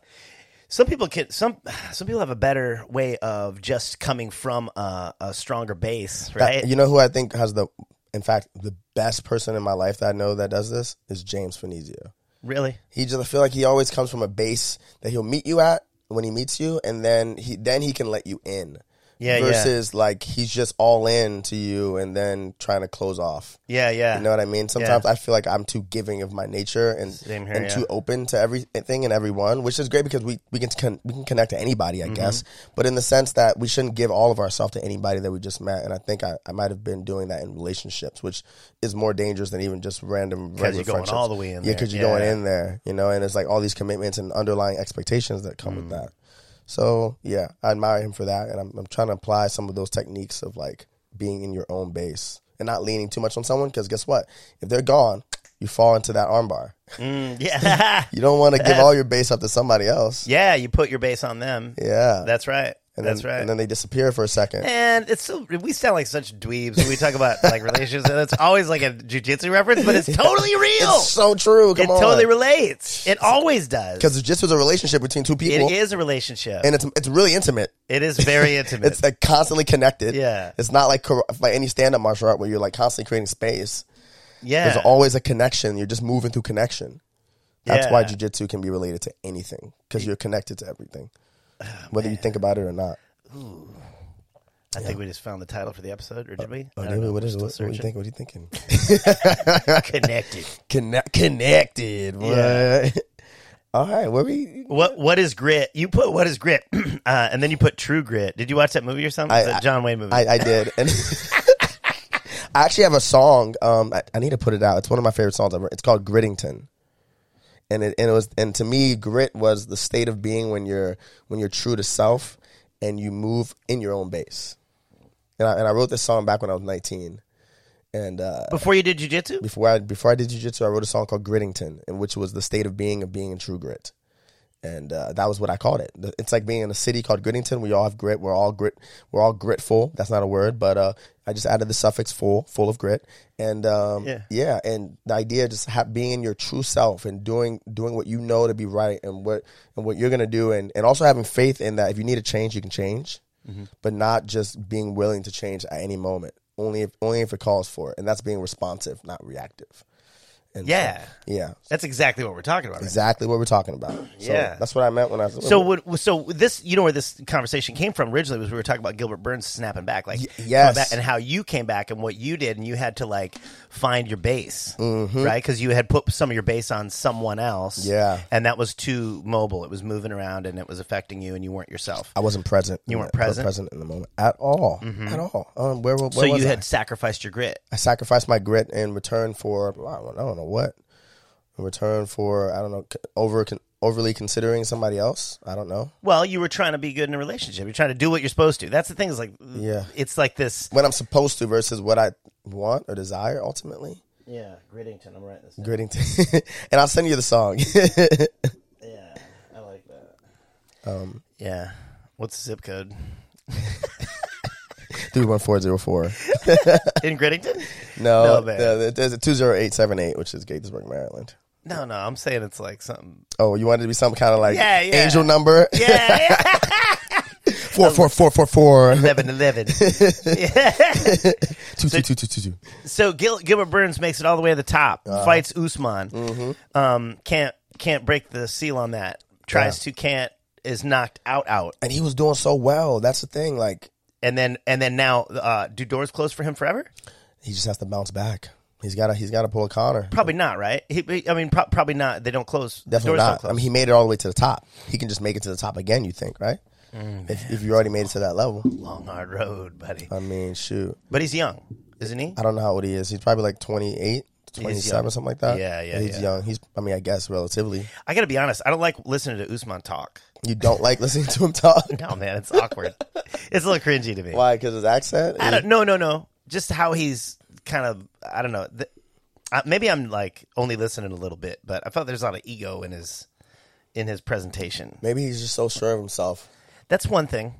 Speaker 1: some people can some some people have a better way of just coming from a, a stronger base, right?
Speaker 2: You know who I think has the, in fact, the best person in my life that I know that does this is James Finizio.
Speaker 1: really?
Speaker 2: He just I feel like he always comes from a base that he'll meet you at when he meets you, and then he then he can let you in.
Speaker 1: Yeah, yeah.
Speaker 2: Versus like he's just all in to you and then trying to close off.
Speaker 1: Yeah, yeah.
Speaker 2: You know what I mean? Sometimes I feel like I'm too giving of my nature and
Speaker 1: Same here,
Speaker 2: and
Speaker 1: yeah.
Speaker 2: too open to everything and everyone, which is great because we we can con- we can connect to anybody, I
Speaker 1: Mm-hmm.
Speaker 2: guess. But in the sense that we shouldn't give all of ourselves to anybody that we just met, and I think I, I might have been doing that in relationships, which is more dangerous than even just random because
Speaker 1: you're going all the way in
Speaker 2: Yeah,
Speaker 1: there.
Speaker 2: because you're
Speaker 1: Yeah.
Speaker 2: going in there, you know, and it's like all these commitments and underlying expectations that come
Speaker 1: Mm.
Speaker 2: with that. So yeah, I admire him for that, and I'm, I'm trying to apply some of those techniques of like being in your own base and not leaning too much on someone. Because guess what? If they're gone, you fall into that armbar.
Speaker 1: Mm, yeah,
Speaker 2: You don't want to give all your base up to somebody else.
Speaker 1: yeah. You put your base on them.
Speaker 2: Yeah,
Speaker 1: That's right.
Speaker 2: and
Speaker 1: That's
Speaker 2: then,
Speaker 1: right.
Speaker 2: And then they disappear for a second.
Speaker 1: And it's so we sound like such dweebs when we talk about like relationships. And it's always like a jujitsu reference, but it's totally real.
Speaker 2: It's so true. Come
Speaker 1: it
Speaker 2: on,
Speaker 1: totally relates. It always does.
Speaker 2: because it just was a relationship between two
Speaker 1: It
Speaker 2: people,
Speaker 1: is a relationship.
Speaker 2: and it's it's really intimate.
Speaker 1: it is very intimate.
Speaker 2: It's like constantly connected.
Speaker 1: Yeah.
Speaker 2: it's not like cor- like any stand up martial art where you're like constantly creating space.
Speaker 1: yeah.
Speaker 2: There's always a connection. You're just moving through connection. That's why
Speaker 1: Yeah.
Speaker 2: jujitsu can be related to anything because you're connected to everything,
Speaker 1: Ah,
Speaker 2: whether you think about it or not. Oh,
Speaker 1: I think we just found the title for the episode, or did we? I
Speaker 2: Oh,
Speaker 1: don't
Speaker 2: David,
Speaker 1: know.
Speaker 2: what is it?
Speaker 1: Still
Speaker 2: What, what are you
Speaker 1: searching.
Speaker 2: think? What are you thinking?
Speaker 1: Connected.
Speaker 2: Connect, connected.
Speaker 1: Yeah.
Speaker 2: what? All right, where we?
Speaker 1: What What is grit? You put what is grit, uh, and then you put true grit. Did you watch that movie or something?
Speaker 2: I-
Speaker 1: It's a
Speaker 2: I-
Speaker 1: John Wayne movie.
Speaker 2: I, I did, and I actually have a song. Um, I, I need to put it out. It's one of my favorite songs ever. It's called Grittington, and it and it was and to me, grit was the state of being when you're when you're true to self and you move in your own base. And I, and I wrote this song back when I was 19, and uh,
Speaker 1: Before you did jujitsu,
Speaker 2: before I before I did jujitsu, I wrote a song called Grittington, and which was the state of being of being in true grit, and uh, that was what I called it. The- It's like being in a city called Grittington. We all have grit. We're all grit. We're all gritful. That's not a word, but uh, I just added the suffix "full," full of grit, and um,
Speaker 1: Yeah.
Speaker 2: yeah, and the idea of just ha- being your true self and doing doing what you know to be right and what and what you're gonna do, and and also having faith in that if you need to change, you can change,
Speaker 1: Mm-hmm.
Speaker 2: but not just being willing to change at any moment. Only if only if it calls for it, and that's being responsive, not reactive. And so-
Speaker 1: Yeah.
Speaker 2: yeah,
Speaker 1: that's exactly what we're talking about. right
Speaker 2: exactly what we're talking about. So
Speaker 1: Yeah.
Speaker 2: that's what I meant when I was
Speaker 1: So what, so this you know where this conversation came from originally was we were talking about Gilbert Burns snapping back like
Speaker 2: yes.
Speaker 1: coming back and how you came back and what you did and you had to like find your base right because you had put some of your base on someone else
Speaker 2: Mm-hmm. Yeah.
Speaker 1: and that was too mobile it was moving around and it was affecting you and you weren't yourself
Speaker 2: I wasn't present. You
Speaker 1: weren't present? Mm-hmm.
Speaker 2: Present in the moment at all. At all. Um, where, where
Speaker 1: so you
Speaker 2: was I?
Speaker 1: had sacrificed your grit
Speaker 2: I sacrificed my grit in return for I don't, I don't know what. In return for I don't know c- over con- overly considering somebody else. I don't know.
Speaker 1: well you were trying to be good in a relationship you're trying to do what you're supposed to that's the thing is like
Speaker 2: Yeah.
Speaker 1: it's like this
Speaker 2: What I'm supposed to versus what I want or desire ultimately.
Speaker 1: yeah Grittington I'm writing this down.
Speaker 2: Gritting, and I'll send you the song.
Speaker 1: yeah I like that um yeah what's the zip code
Speaker 2: Three one four zero four.
Speaker 1: in Grittington.
Speaker 2: No,
Speaker 1: No, man.
Speaker 2: no, there- there's a two zero eight seven eight, which is Gaithersburg, Maryland.
Speaker 1: No, no, I'm saying it's like something.
Speaker 2: Oh, you wanted it to be some kind of like
Speaker 1: Yeah, yeah.
Speaker 2: angel number
Speaker 1: Yeah, yeah.
Speaker 2: four four four four four
Speaker 1: eleven, eleven.
Speaker 2: two two two two two two.
Speaker 1: So Gil- Gilbert Burns makes it all the way to the top,
Speaker 2: Uh-huh.
Speaker 1: fights Usman,
Speaker 2: Mm-hmm.
Speaker 1: um, can't can't break the seal on that. Tries to can't is knocked out out,
Speaker 2: And he was doing so well. That's the thing. Like
Speaker 1: and then and then now uh, do doors close for him forever?
Speaker 2: he just has to bounce back. He's got to he's got to pull a Connor.
Speaker 1: Probably not, right? He, I mean, pro- probably not. They don't close. The doors
Speaker 2: Definitely not.
Speaker 1: Don't
Speaker 2: I
Speaker 1: close.
Speaker 2: mean, he made it all the way to the top. He can just make it to the top again. You think, right?
Speaker 1: Mm.
Speaker 2: if, if you already made it to that level,
Speaker 1: Long hard road, buddy.
Speaker 2: I mean, shoot.
Speaker 1: But he's young, isn't he?
Speaker 2: I don't know how old he is. He's probably like 28,
Speaker 1: young.
Speaker 2: 27, something like that.
Speaker 1: Yeah, yeah,
Speaker 2: He's
Speaker 1: yeah.
Speaker 2: young. He's. I mean, I guess relatively.
Speaker 1: I got to be honest. I don't like listening to Usman talk.
Speaker 2: You don't like listening to him talk.
Speaker 1: No, man, it's awkward. it's a little cringy to me.
Speaker 2: Why? Because his accent.
Speaker 1: I don't, no, no, no. Just how he's kind of, I don't know. The, uh, maybe I'm like only listening a little bit, but I felt there's a lot of ego in his in his presentation.
Speaker 2: Maybe he's just so sure of himself.
Speaker 1: That's one thing.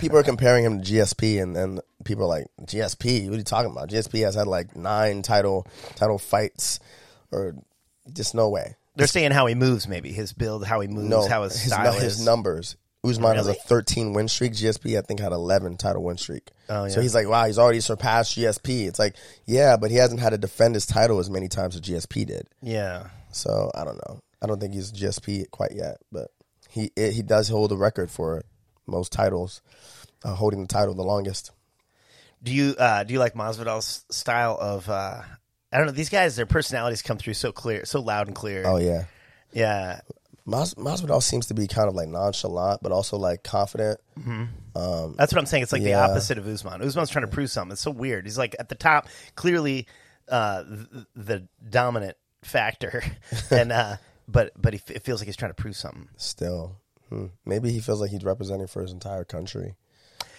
Speaker 2: people are comparing him to GSP, and then people are like, GSP, what are you talking about? GSP has had like nine title title fights, or just no way.
Speaker 1: They're saying how he moves, maybe his build, how he moves,
Speaker 2: No,
Speaker 1: how his,
Speaker 2: his,
Speaker 1: style
Speaker 2: nu- his
Speaker 1: is.
Speaker 2: numbers. Usman has a
Speaker 1: Really?
Speaker 2: 13 win streak. GSP, I think, had 11 title win streak.
Speaker 1: Oh, yeah.
Speaker 2: So he's like, wow, he's already surpassed GSP. It's like, yeah, but he hasn't had to defend his title as many times as GSP did.
Speaker 1: yeah,
Speaker 2: So I don't know. I don't think he's GSP quite yet, but he it, he does hold the record for most titles, uh, holding the title the longest.
Speaker 1: Do you uh, do you like Masvidal's style of? Uh, I don't know. These guys, their personalities come through so clear, so loud and clear.
Speaker 2: Oh yeah,
Speaker 1: yeah,
Speaker 2: Mas- Masvidal seems to be kind of like nonchalant, but also like confident.
Speaker 1: that's what I'm saying. It's like
Speaker 2: Yeah.
Speaker 1: the opposite of Usman. Usman's trying to prove something. It's so weird. He's like at the top, clearly uh, the, the dominant factor, and uh, but but he, it feels like he's trying to prove something.
Speaker 2: Still, hmm. maybe he feels like he's representing for his entire country.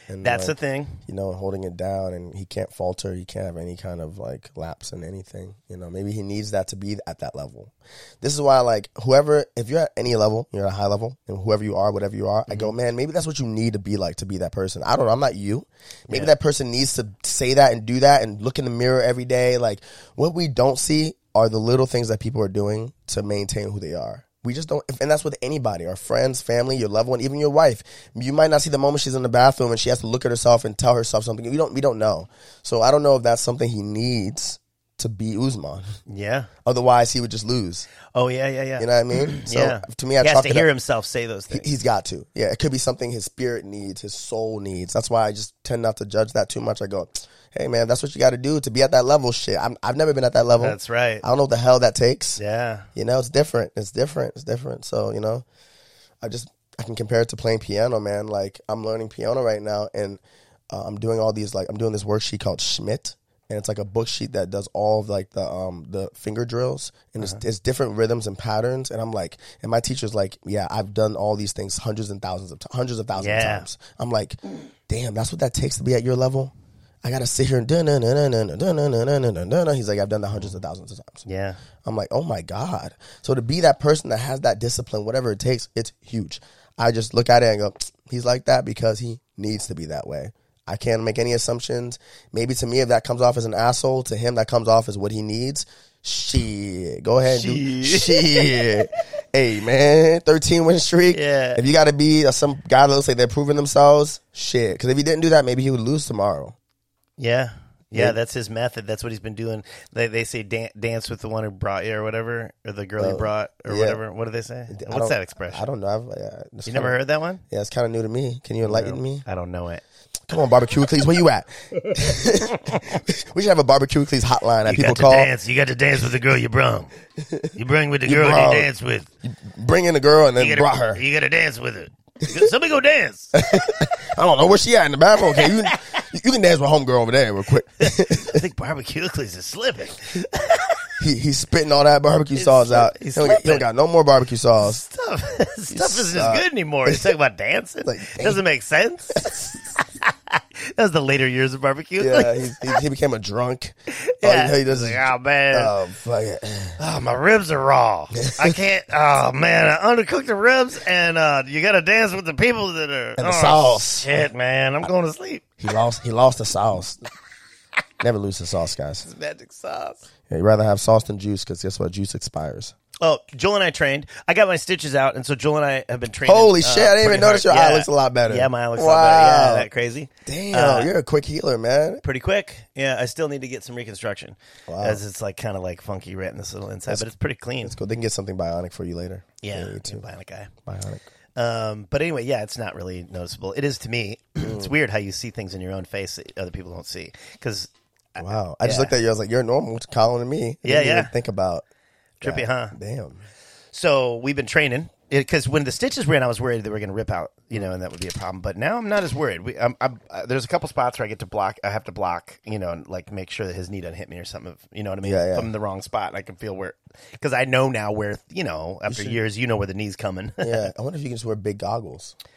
Speaker 2: And
Speaker 1: That's
Speaker 2: like,
Speaker 1: the thing.
Speaker 2: you know, holding it down, and he can't falter. He can't have any kind of like lapse in anything. You know, maybe he needs that to be at that level. This is why, like, whoever, if you're at any level, you're at a high level, and whoever you are, whatever you are, I go, man, maybe that's what you need to be like to be that person. I don't know. I'm not you. Maybe that person needs to say that and do that and look in the mirror every day. Like, what we don't see are the little things that people are doing to maintain who they are. We just don't, and that's with anybody, our friends, family, your loved one, even your wife. You might not see the moment she's in the bathroom and she has to look at herself and tell herself something. We don't, we don't know. So I don't know if that's something he needs to be Usman.
Speaker 1: Yeah.
Speaker 2: Otherwise, he would just lose.
Speaker 1: Oh yeah, yeah, yeah.
Speaker 2: You know what I mean? So
Speaker 1: yeah.
Speaker 2: to me, I
Speaker 1: he has
Speaker 2: chalk
Speaker 1: to
Speaker 2: it
Speaker 1: hear
Speaker 2: up-
Speaker 1: himself say those things.
Speaker 2: He's got to. Yeah, it could be something his spirit needs, his soul needs. That's why I just tend not to judge that too much. I go, hey man, that's what you got to do to be at that level. Shit, I'm, I've never been at that level.
Speaker 1: That's right.
Speaker 2: I don't know what the hell that takes.
Speaker 1: yeah.
Speaker 2: You know, it's different. It's different. It's different. So, you know, I just I can compare it to playing piano, man. Like I'm learning piano right now and uh, I'm doing all these like I'm doing this worksheet called Schmidt and it's like a book sheet that does all of like the um the finger drills and it's, it's different rhythms and patterns and I'm like and my teacher's like, "Yeah, I've done all these things hundreds and thousands of t- hundreds of thousands of
Speaker 1: Yeah.
Speaker 2: times." I'm like, "Damn, that's what that takes to be at your level." I gotta sit here and dun dun dun dun dun dun dun dun dun dun. He's like, I've done that hundreds of thousands of times.
Speaker 1: Yeah.
Speaker 2: I'm like, oh my God. So to be that person that has that discipline, whatever it takes, it's huge. I just look at it and go, he's like that because he needs to be that way. I can't make any assumptions. Maybe to me, if that comes off as an asshole, to him, that comes off as what he needs. Shit. Go ahead and do shit. hey, man. 13 win streak.
Speaker 1: Yeah.
Speaker 2: If you got to be uh, some guy that looks like they're proving themselves, shit. Because if he didn't do that, maybe he would lose tomorrow.
Speaker 1: Yeah. Yeah, that's his method. That's what he's been doing. They they say dan- dance with the one who brought you or whatever, or the girl you brought or
Speaker 2: Oh, yeah.
Speaker 1: whatever. What do they say?
Speaker 2: I
Speaker 1: What's
Speaker 2: don't-
Speaker 1: that expression?
Speaker 2: I don't know. I've, uh, it's
Speaker 1: you never
Speaker 2: kinda-
Speaker 1: heard that one?
Speaker 2: Yeah, it's kind of new to me. Can you enlighten me?
Speaker 1: I don't know it.
Speaker 2: Come on, barbecue please. Where you at? we should have a barbecue please hotline that
Speaker 1: You
Speaker 2: people
Speaker 1: got to
Speaker 2: call.
Speaker 1: dance. You got to dance with the girl you brung. You bring with the girl
Speaker 2: brung.
Speaker 1: you dance with.
Speaker 2: Bring in the girl and then
Speaker 1: You
Speaker 2: brought
Speaker 1: gotta,
Speaker 2: her.
Speaker 1: You got to dance with her. You got- Somebody go dance.
Speaker 2: I don't know where she at in the bathroom. Okay, you you can dance with homegirl over there real quick.
Speaker 1: I think barbecue Cleese is slipping.
Speaker 2: he, he's spitting all that barbecue sauce out.
Speaker 1: he's
Speaker 2: he, don't, he don't
Speaker 1: slipping.
Speaker 2: got no more barbecue sauce.
Speaker 1: Stuff, stuff isn't
Speaker 2: suck.
Speaker 1: as good anymore. He's talking about dancing.
Speaker 2: Like,
Speaker 1: Doesn't make sense. that was the later years of barbecue.
Speaker 2: Yeah, he's, he, he became a drunk.
Speaker 1: Yeah.
Speaker 2: All he, he does is,
Speaker 1: Like, oh man,
Speaker 2: oh, fuck it.
Speaker 1: oh, my ribs are raw. I can't. Oh man, I undercooked the ribs, and uh, you got to dance with the people that are.
Speaker 2: the
Speaker 1: oh,
Speaker 2: sauce.
Speaker 1: Shit, man, I'm going to sleep.
Speaker 2: He lost, he lost the sauce. Never lose the sauce, guys.
Speaker 1: Magic sauce.
Speaker 2: Yeah, you'd rather have sauce than juice because guess what? Juice expires.
Speaker 1: Oh, Joel and I trained. I got my stitches out, and so Joel and I have been training.
Speaker 2: Holy
Speaker 1: uh,
Speaker 2: shit, I didn't even
Speaker 1: pretty
Speaker 2: notice
Speaker 1: hard.
Speaker 2: your eye
Speaker 1: Yeah.
Speaker 2: looks a lot better.
Speaker 1: Yeah, my eye looks a lot
Speaker 2: Wow.
Speaker 1: better. Yeah, that crazy.
Speaker 2: Damn,
Speaker 1: Uh,
Speaker 2: you're a quick healer, man.
Speaker 1: pretty quick. Yeah, I still need to get some reconstruction,
Speaker 2: Wow.
Speaker 1: as it's like kind of like funky right in this little inside, but it's pretty clean.
Speaker 2: It's cool. They can get something bionic for you later.
Speaker 1: yeah,
Speaker 2: you too.
Speaker 1: bionic guy.
Speaker 2: Bionic.
Speaker 1: Um, but anyway, yeah, it's not really noticeable. It is to me. it's
Speaker 2: Mm.
Speaker 1: weird how you see things in your own face that other people don't see. Because
Speaker 2: Wow. I just
Speaker 1: Yeah.
Speaker 2: looked at you. I was like, you're normal. It's Colin and me. I
Speaker 1: Yeah,
Speaker 2: didn't even
Speaker 1: yeah.
Speaker 2: think about.
Speaker 1: trippy, huh?
Speaker 2: Damn.
Speaker 1: So we've been training because when the stitches ran, I was worried they were going to rip out, you know, and that would be a problem. But now I'm not as worried. We, I'm, I'm, uh, there's a couple spots where I get to block. I have to block, you know, and like make sure that his knee doesn't hit me or something. if- You know what I mean?
Speaker 2: Yeah, yeah.
Speaker 1: From the wrong spot, I can feel where because I know now where you know after years, you know where the knee's coming.
Speaker 2: Yeah. I wonder if you can just wear big goggles.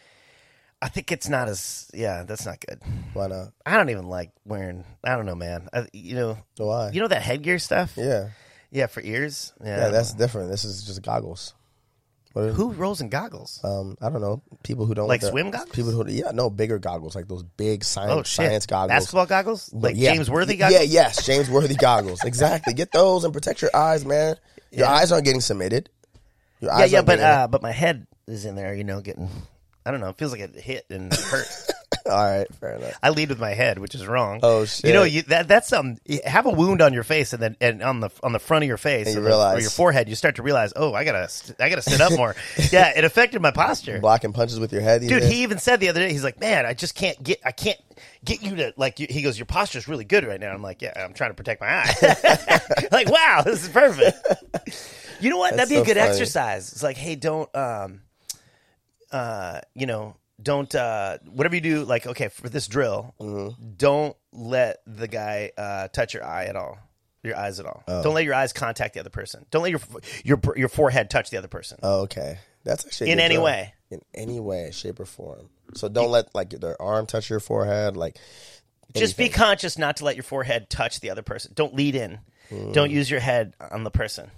Speaker 1: I think it's not as yeah, that's not good.
Speaker 2: Why not?
Speaker 1: I don't even like wearing. I don't know, man. I, you know,
Speaker 2: Why?
Speaker 1: you know that headgear stuff.
Speaker 2: yeah.
Speaker 1: Yeah, for ears. Yeah,
Speaker 2: Yeah, that's different. This is just goggles.
Speaker 1: who rolls in goggles.
Speaker 2: Um, I don't know. People who don't
Speaker 1: Like
Speaker 2: the-
Speaker 1: swim goggles?
Speaker 2: People who yeah, no bigger goggles like those big science
Speaker 1: oh shit!
Speaker 2: science goggles.
Speaker 1: Basketball goggles,
Speaker 2: But
Speaker 1: like
Speaker 2: yeah.
Speaker 1: James
Speaker 2: Y-
Speaker 1: Worthy goggles.
Speaker 2: Yeah, yes, James Worthy goggles. Exactly. Get those and protect your eyes, man. Your eyes aren't getting submitted. Your
Speaker 1: yeah,
Speaker 2: eyes
Speaker 1: yeah,
Speaker 2: aren't
Speaker 1: but
Speaker 2: getting
Speaker 1: uh, but my head is in there, you know, getting. I don't know. It feels like it hit and hurt.
Speaker 2: it.
Speaker 1: uh,
Speaker 2: all right, fair enough.
Speaker 1: I lead with my head, which is wrong.
Speaker 2: Oh,
Speaker 1: You know,
Speaker 2: shit.
Speaker 1: you, that that's something. you Have a wound on your face, and then and on the on the front of your face,
Speaker 2: And you
Speaker 1: or the- or
Speaker 2: realize.
Speaker 1: your forehead, you start to realize, oh, I gotta st- I gotta sit up more. yeah, it affected my posture.
Speaker 2: Blocking punches with your head, you
Speaker 1: Dude,
Speaker 2: did?
Speaker 1: he even said the other day, he's like, "Man, I just can't get, I can't get you to like." You, he goes, "Your posture's really good right now." I'm like, "Yeah, I'm trying to protect my eye." like, wow, this is perfect. You know what? That'd
Speaker 2: That's
Speaker 1: be
Speaker 2: so
Speaker 1: a good
Speaker 2: funny.
Speaker 1: exercise. It's like, hey, don't, um, uh, you know, don't uh, whatever you do. Like, okay, for this drill,
Speaker 2: Mm-hmm.
Speaker 1: don't let the guy uh, touch your eye at all. Your eyes at all.
Speaker 2: Oh.
Speaker 1: Don't let your eyes contact the other person. Don't let your your your forehead touch the other person.
Speaker 2: Oh, okay, that's actually a
Speaker 1: In
Speaker 2: good
Speaker 1: any
Speaker 2: drill.
Speaker 1: way.
Speaker 2: in any way, shape, or form. So don't let like their arm touch your forehead, like
Speaker 1: just be conscious not to let your forehead touch the other person. Don't lead in.
Speaker 2: Hmm.
Speaker 1: Don't use your head on the person.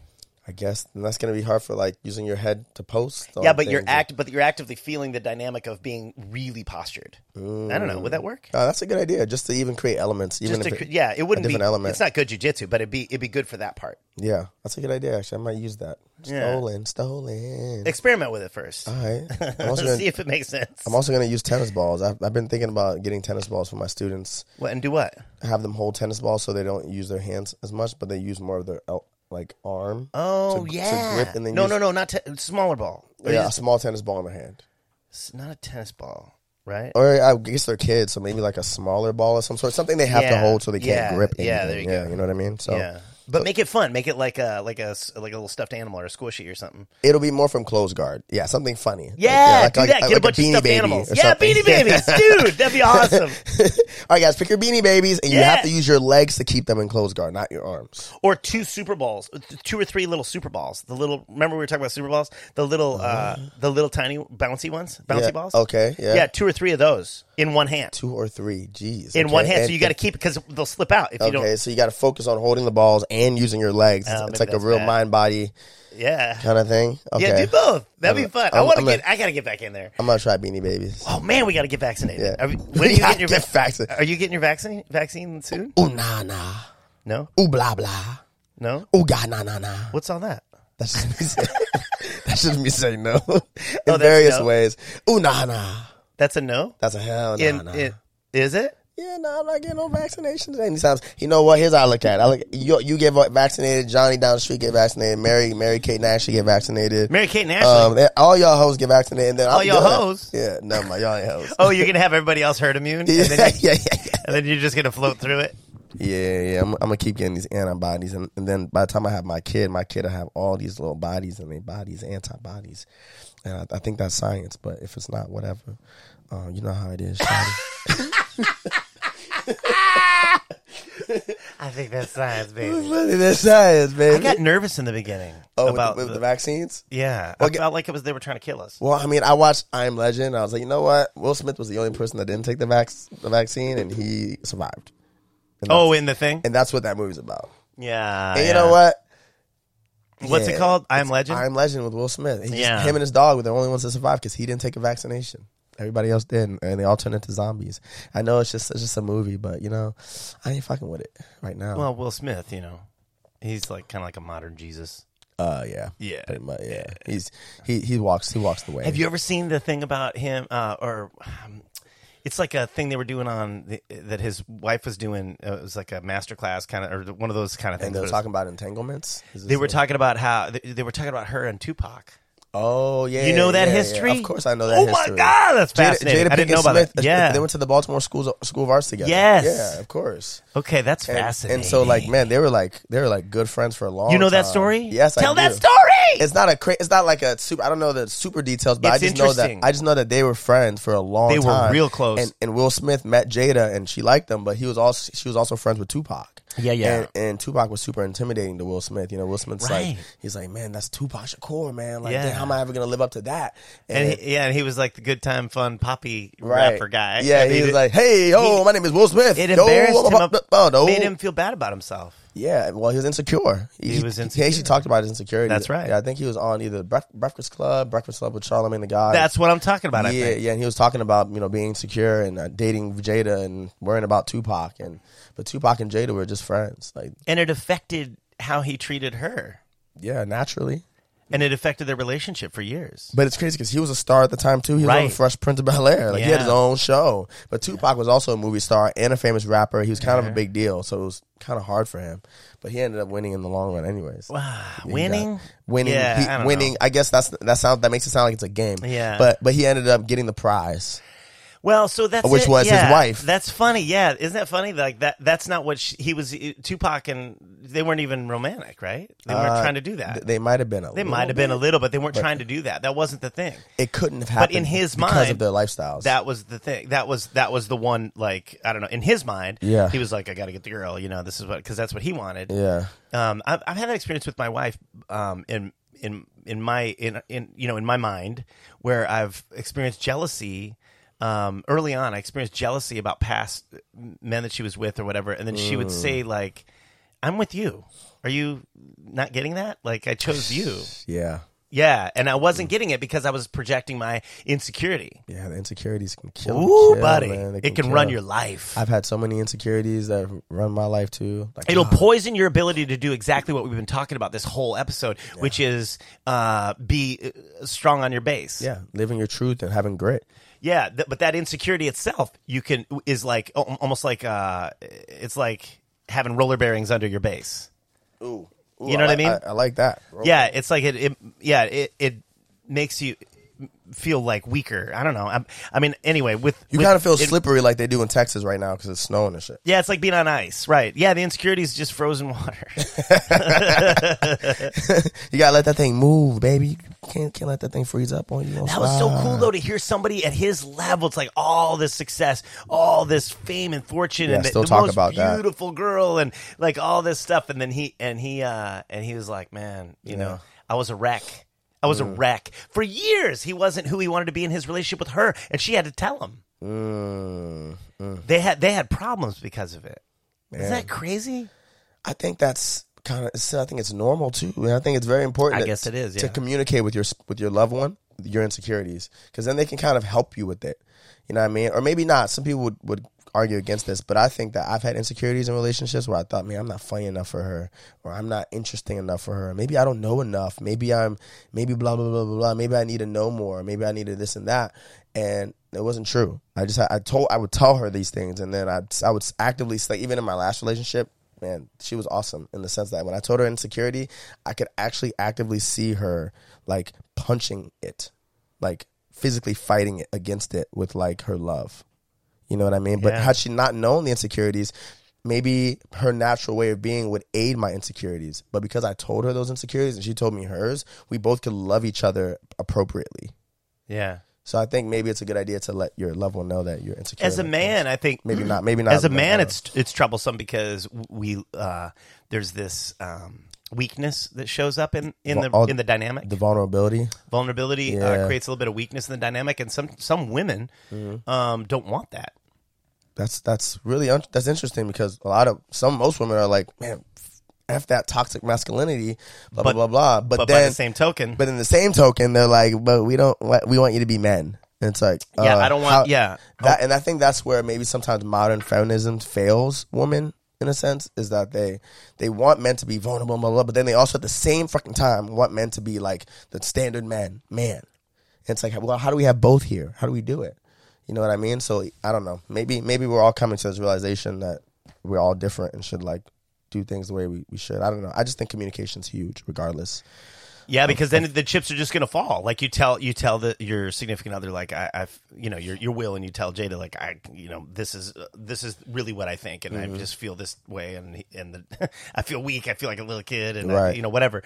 Speaker 2: I guess and that's gonna be hard for like using your head to post. on
Speaker 1: yeah, but you're
Speaker 2: things.
Speaker 1: act, but you're actively feeling the dynamic of being really postured. I don't know. Would that work?
Speaker 2: Oh, that's a good idea. Just to even create elements, even
Speaker 1: Just
Speaker 2: if
Speaker 1: to,
Speaker 2: it-
Speaker 1: yeah, it wouldn't be.
Speaker 2: different element.
Speaker 1: It's not good jujitsu, but it'd be it'd be good for that part.
Speaker 2: yeah, that's a good idea. Actually, I might use that.
Speaker 1: Yeah.
Speaker 2: Stolen, stolen.
Speaker 1: Experiment with it first.
Speaker 2: All right. Hmm. I'm
Speaker 1: Let's
Speaker 2: also
Speaker 1: see
Speaker 2: gonna,
Speaker 1: if it makes sense.
Speaker 2: I'm also gonna use tennis balls. I've, I've been thinking about getting tennis balls for my students.
Speaker 1: What and do what?
Speaker 2: Have them hold tennis balls so they don't use their hands as much, but they use more of their el- like arm.
Speaker 1: Oh
Speaker 2: to
Speaker 1: yeah.
Speaker 2: grip and then
Speaker 1: no,
Speaker 2: use-
Speaker 1: no, no, not te- smaller ball. Or
Speaker 2: yeah, a
Speaker 1: just-
Speaker 2: small tennis ball in their hand.
Speaker 1: it's not a tennis ball, right?
Speaker 2: or I guess they're kids, so maybe like a smaller ball of some sort, something they have to
Speaker 1: Yeah,
Speaker 2: hold so they can't
Speaker 1: yeah,
Speaker 2: grip. Anything.
Speaker 1: yeah,
Speaker 2: Yeah,
Speaker 1: there you
Speaker 2: you know what I mean. So
Speaker 1: yeah, but make it fun. Make it like a like a s- like a little stuffed animal or a squishy or something.
Speaker 2: it'll be more from closed guard. Yeah, something funny. Like,
Speaker 1: Yeah,
Speaker 2: like-
Speaker 1: do
Speaker 2: like-
Speaker 1: that.
Speaker 2: like
Speaker 1: Get a bunch of
Speaker 2: Beanie
Speaker 1: stuffed
Speaker 2: Baby
Speaker 1: animals.
Speaker 2: or
Speaker 1: Yeah,
Speaker 2: something.
Speaker 1: beanie babies, dude. That'd be awesome.
Speaker 2: All right, guys, pick your beanie babies, and you
Speaker 1: Yeah.
Speaker 2: have to use your legs to keep them in closed guard, not your arms.
Speaker 1: Or two Super Bowls, two or three little Super Balls. The little. Remember we were talking about Super Balls. The little, uh, the little tiny bouncy ones, bouncy
Speaker 2: Uh-huh. Yeah,
Speaker 1: balls.
Speaker 2: Okay.
Speaker 1: Yeah.
Speaker 2: Yeah.
Speaker 1: two or three of those in one hand.
Speaker 2: Two or three. Jeez.
Speaker 1: in
Speaker 2: okay.
Speaker 1: one hand, so
Speaker 2: And-
Speaker 1: you got to keep it because they'll slip out if you
Speaker 2: Okay,
Speaker 1: don't.
Speaker 2: so you got to focus on holding the balls and using your legs. It's-
Speaker 1: Oh,
Speaker 2: it's
Speaker 1: maybe
Speaker 2: like a
Speaker 1: that's
Speaker 2: real
Speaker 1: bad.
Speaker 2: mind body
Speaker 1: Yeah.
Speaker 2: kind of thing. Okay.
Speaker 1: Yeah, do both. That'd be fun. i
Speaker 2: I'm-
Speaker 1: want to
Speaker 2: I'm a-
Speaker 1: get. I gotta get back in there.
Speaker 2: I'm gonna try beanie babies.
Speaker 1: Oh man, we gotta get vaccinated.
Speaker 2: Yeah.
Speaker 1: Are we, when are you
Speaker 2: Yeah,
Speaker 1: getting your
Speaker 2: get
Speaker 1: vac-
Speaker 2: vaccinated.
Speaker 1: Are you getting your vaccine vaccine soon?
Speaker 2: Ooh nah nah.
Speaker 1: No,
Speaker 2: Ooh blah blah.
Speaker 1: no.
Speaker 2: Ooh god nah nah nah.
Speaker 1: What's all that?
Speaker 2: That's just me saying, that's just me saying no in
Speaker 1: Oh, that's
Speaker 2: various
Speaker 1: no.
Speaker 2: ways. Ooh, nah, nah.
Speaker 1: That's a no.
Speaker 2: That's a hell nah,
Speaker 1: In,
Speaker 2: nah.
Speaker 1: it- is it?
Speaker 2: yeah, nah, I'm not getting no vaccinations anytime. You know what? Here's how I look at it. I look, you, you get vaccinated, Johnny down the street get vaccinated, Mary, Mary Kate Nash she get vaccinated.
Speaker 1: Mary Kate and Ashley.
Speaker 2: Um, and all y'all hoes get vaccinated, and then all
Speaker 1: y'all hoes?
Speaker 2: Yeah, no, my y'all ain't hoes.
Speaker 1: oh, you're gonna have everybody else herd immune, and
Speaker 2: yeah,
Speaker 1: then, you,
Speaker 2: yeah, yeah, yeah.
Speaker 1: and then you're just gonna float through it.
Speaker 2: Yeah, yeah. I'm, I'm gonna keep getting these antibodies, and, and then by the time I have my kid, my kid will have all these little bodies and their bodies, antibodies, and I, I think that's science. But if it's not, whatever. Uh, you know how it is. shawty.
Speaker 1: I think that's science, baby.
Speaker 2: that's science,
Speaker 1: I
Speaker 2: baby.
Speaker 1: got nervous in the beginning
Speaker 2: oh, with,
Speaker 1: about
Speaker 2: the, with the
Speaker 1: the-
Speaker 2: vaccines.
Speaker 1: yeah. I felt like it was they were trying to kill us.
Speaker 2: Well, I mean, I watched I Am Legend. I was like, you know what? Will Smith was the only person that didn't take the vac- the vaccine, and he survived.
Speaker 1: Oh, in the thing.
Speaker 2: And that's what that movie's about.
Speaker 1: Yeah.
Speaker 2: And
Speaker 1: yeah.
Speaker 2: you know what?
Speaker 1: What's it
Speaker 2: Yeah.
Speaker 1: called? I'm Legend.
Speaker 2: I Am Legend with Will Smith. He just-
Speaker 1: Yeah.
Speaker 2: him and his dog were the only ones that survived because he didn't take a vaccination. Everybody else did, and- and they all turned into zombies. I know it's just it's just a movie, but you know, I ain't fucking with it right now.
Speaker 1: well, Will Smith. You know, he's like kind of like a modern Jesus.
Speaker 2: uh, yeah,
Speaker 1: Yeah.
Speaker 2: pretty much, yeah. He's he he walks he walks the way.
Speaker 1: Have you ever seen the thing about him uh, or? Um, it's like a thing they were doing on the, that his wife was doing. Uh, it was like a master class kind of, or one of those kind of things.
Speaker 2: and they
Speaker 1: but
Speaker 2: were
Speaker 1: it's-
Speaker 2: talking about entanglements. Is this
Speaker 1: They were
Speaker 2: what-
Speaker 1: talking about how they, they were talking about her and Tupac.
Speaker 2: oh yeah,
Speaker 1: You know that
Speaker 2: yeah, yeah.
Speaker 1: history?
Speaker 2: Of course, I know that.
Speaker 1: Oh
Speaker 2: history.
Speaker 1: my god, that's fascinating. I didn't
Speaker 2: Pinkett
Speaker 1: know about
Speaker 2: Smith,
Speaker 1: that. Yeah.
Speaker 2: they went to the Baltimore schools school of arts together.
Speaker 1: Yes.
Speaker 2: yeah, of course.
Speaker 1: okay, that's
Speaker 2: And-
Speaker 1: fascinating.
Speaker 2: And so, like, man, they were like they were like good friends for a long.
Speaker 1: you know that
Speaker 2: time.
Speaker 1: story?
Speaker 2: Yes, I
Speaker 1: tell that
Speaker 2: do.
Speaker 1: story.
Speaker 2: It's not a cra- it's not like a super. I don't know the super details, but
Speaker 1: It's
Speaker 2: I just know that
Speaker 1: interesting.
Speaker 2: I just know that they were friends for a long.
Speaker 1: They were
Speaker 2: time.
Speaker 1: real close.
Speaker 2: And, and Will Smith met Jada, and she liked him, but he was also she was also friends with Tupac.
Speaker 1: Yeah, yeah.
Speaker 2: And, and Tupac was super intimidating to Will Smith. You know, Will Smith's
Speaker 1: Right.
Speaker 2: like he's like, man, that's Tupac Shakur, man. Like,
Speaker 1: Yeah.
Speaker 2: damn, how am I ever gonna live up to that?
Speaker 1: and he, yeah, and he was like the good time, fun, poppy rapper guy.
Speaker 2: Yeah,
Speaker 1: And
Speaker 2: he
Speaker 1: it-
Speaker 2: was like, hey, oh, my name is Will Smith.
Speaker 1: It
Speaker 2: Yo,
Speaker 1: embarrassed
Speaker 2: oh,
Speaker 1: him.
Speaker 2: oh,
Speaker 1: up-
Speaker 2: oh, no.
Speaker 1: Made him feel bad about himself.
Speaker 2: Yeah, well, he was insecure.
Speaker 1: He was
Speaker 2: He
Speaker 1: insecure.
Speaker 2: actually talked about his insecurity.
Speaker 1: That's right.
Speaker 2: Yeah, I think he was on either Bref- Breakfast Club, Breakfast Club with Charlamagne the God.
Speaker 1: That's what I'm talking about. I
Speaker 2: yeah,
Speaker 1: think.
Speaker 2: yeah. And he was talking about you know being secure and uh, dating Jada and worrying about Tupac and but Tupac and Jada were just friends. Like
Speaker 1: and it affected how he treated her.
Speaker 2: yeah, naturally.
Speaker 1: and it affected their relationship for years.
Speaker 2: But it's crazy because he was a star at the time too. He was on
Speaker 1: Right.
Speaker 2: Fresh Prince of Bel Air. Like he had his
Speaker 1: Yeah.
Speaker 2: own show. But Tupac was also a movie star and a famous rapper. He was kind of a big deal, so it was kind of hard for him. But he ended up winning in the long run, anyways.
Speaker 1: Wow,
Speaker 2: He got-
Speaker 1: Ah, winning,
Speaker 2: winning,
Speaker 1: Yeah,
Speaker 2: he-
Speaker 1: I don't
Speaker 2: winning.
Speaker 1: know.
Speaker 2: I guess that's that sound that makes it sound like it's a game.
Speaker 1: Yeah.
Speaker 2: But but he ended up getting the prize.
Speaker 1: Well, so that's
Speaker 2: Which
Speaker 1: it.
Speaker 2: was his
Speaker 1: Yeah,
Speaker 2: wife.
Speaker 1: That's funny. Yeah, isn't that funny? Like that. That's not what she, he was. Tupac and they weren't even romantic, right? They weren't
Speaker 2: Uh,
Speaker 1: trying to do that.
Speaker 2: Th- They might have been a.
Speaker 1: They
Speaker 2: little
Speaker 1: might have
Speaker 2: bit.
Speaker 1: been a little, but they weren't trying to do that. That wasn't the thing.
Speaker 2: It couldn't have happened.
Speaker 1: But in his
Speaker 2: because of
Speaker 1: mind,
Speaker 2: their lifestyles.
Speaker 1: That was the thing. That was that was the one. Like I don't know. In his mind,
Speaker 2: Yeah.
Speaker 1: he was like, I got to get the girl. You know, this is what because that's what he wanted.
Speaker 2: yeah.
Speaker 1: Um, I've, I've had that experience with my wife. Um, in in in my in in you know in my mind where I've experienced jealousy. Um, early on, I experienced jealousy about past men that she was with or whatever, and then she would say like, "I'm with you. Are you not getting that? Like I chose you."
Speaker 2: Yeah.
Speaker 1: Yeah, and I wasn't getting it because I was projecting my insecurity.
Speaker 2: Yeah. The insecurities can kill.
Speaker 1: Ooh,
Speaker 2: kill,
Speaker 1: buddy,
Speaker 2: man. They
Speaker 1: it can
Speaker 2: kill.
Speaker 1: run your life.
Speaker 2: I've had so many insecurities that run my life too. Like,
Speaker 1: It'll
Speaker 2: ah,
Speaker 1: poison your ability to do exactly what we've been talking about this whole episode, which is uh, be uh, strong on your base.
Speaker 2: yeah, living your truth and having grit.
Speaker 1: yeah. Th- but that insecurity itself, you can is like al- almost like uh, it's like having roller bearings under your base.
Speaker 2: Ooh,
Speaker 1: You know what I
Speaker 2: like-
Speaker 1: mean?
Speaker 2: I, I like that. bro.
Speaker 1: Yeah, it's like it. it yeah, it, it makes you feel like weaker. I don't know. i I mean, anyway, with
Speaker 2: you
Speaker 1: with-
Speaker 2: kind of feel
Speaker 1: it-
Speaker 2: slippery like they do in Texas right now because it's snowing and shit.
Speaker 1: Yeah, it's like being on ice, right? Yeah, the insecurity is just frozen water.
Speaker 2: You gotta let that thing move, baby. You can't can't let that thing freeze up on you.
Speaker 1: That was so cool though to hear somebody at his level. It's like all this success, all this fame and fortune,
Speaker 2: Yeah,
Speaker 1: and the,
Speaker 2: still
Speaker 1: the
Speaker 2: talk
Speaker 1: most
Speaker 2: about that.
Speaker 1: beautiful girl, and like all this stuff. And then he and he uh and he was like, man, you
Speaker 2: Yeah. Mm.
Speaker 1: know, I was a wreck. I was a wreck for years. He wasn't who he wanted to be in his relationship with her, and she had to tell him.
Speaker 2: Mm, mm.
Speaker 1: They had they had problems because of it. Isn't that crazy?
Speaker 2: I think that's kind of. I think it's normal too, and I think it's very important.
Speaker 1: I
Speaker 2: that-
Speaker 1: guess it is,
Speaker 2: to
Speaker 1: yeah.
Speaker 2: communicate with your with your loved one your insecurities because then they can kind of help you with it. You know what I mean? Or maybe not. Some people would would argue against this, but I think that I've had insecurities in relationships where I thought, man, I'm not funny enough for her, or I'm not interesting enough for her. Maybe I don't know enough. Maybe I'm maybe blah blah blah blah blah. Maybe I need to know more. Maybe I need to this and that. And it wasn't true. I just I told I would tell her these things, and then I I would actively say even in my last relationship man, she was awesome in the sense that when I told her insecurity, I could actually actively see her like punching it, like physically fighting it against it with like her love. You know what I mean? But
Speaker 1: Yeah.
Speaker 2: had she not known the insecurities, maybe her natural way of being would aid my insecurities. But because I told her those insecurities and she told me hers, we both could love each other appropriately.
Speaker 1: Yeah.
Speaker 2: So I think maybe it's a good idea to let your loved one know that you're insecure.
Speaker 1: As a
Speaker 2: Like,
Speaker 1: man, I think
Speaker 2: maybe not. Maybe not.
Speaker 1: as a
Speaker 2: but,
Speaker 1: man
Speaker 2: uh,
Speaker 1: it's it's troublesome because we uh there's this um weakness that shows up in in the
Speaker 2: Well, all
Speaker 1: in the dynamic
Speaker 2: the vulnerability.
Speaker 1: vulnerability
Speaker 2: Yeah.
Speaker 1: uh, creates a little bit of weakness in the dynamic and some some women
Speaker 2: Mm-hmm.
Speaker 1: um don't want that
Speaker 2: that's that's really un- that's interesting because a lot of some most women are like, man, f that toxic masculinity, blah
Speaker 1: But-
Speaker 2: blah blah blah. But,
Speaker 1: but
Speaker 2: then,
Speaker 1: by the same token
Speaker 2: but in the same token, they're like, but we don't wa- we want you to be men. And it's like,
Speaker 1: yeah
Speaker 2: uh,
Speaker 1: i don't want
Speaker 2: how-
Speaker 1: yeah
Speaker 2: that, and I think that's where maybe sometimes modern feminism fails women in a sense is that they they want men to be vulnerable, blah, blah, blah, but then they also at the same fucking time want men to be like the standard man, man. And it's like, well, how do we have both here? How do we do it? You know what I mean? So I don't know. Maybe maybe we're all coming to this realization that we're all different and should like do things the way we, we should. I don't know. I just think communication's huge, regardless.
Speaker 1: yeah because then the chips are just gonna fall like you tell you tell the, your significant other like i i've you know your your will and you tell jada like i you know this is uh, this is really what i think and
Speaker 2: Mm-hmm.
Speaker 1: i just feel this way and and the, i feel weak i feel like a little kid and I-
Speaker 2: Right.
Speaker 1: you know whatever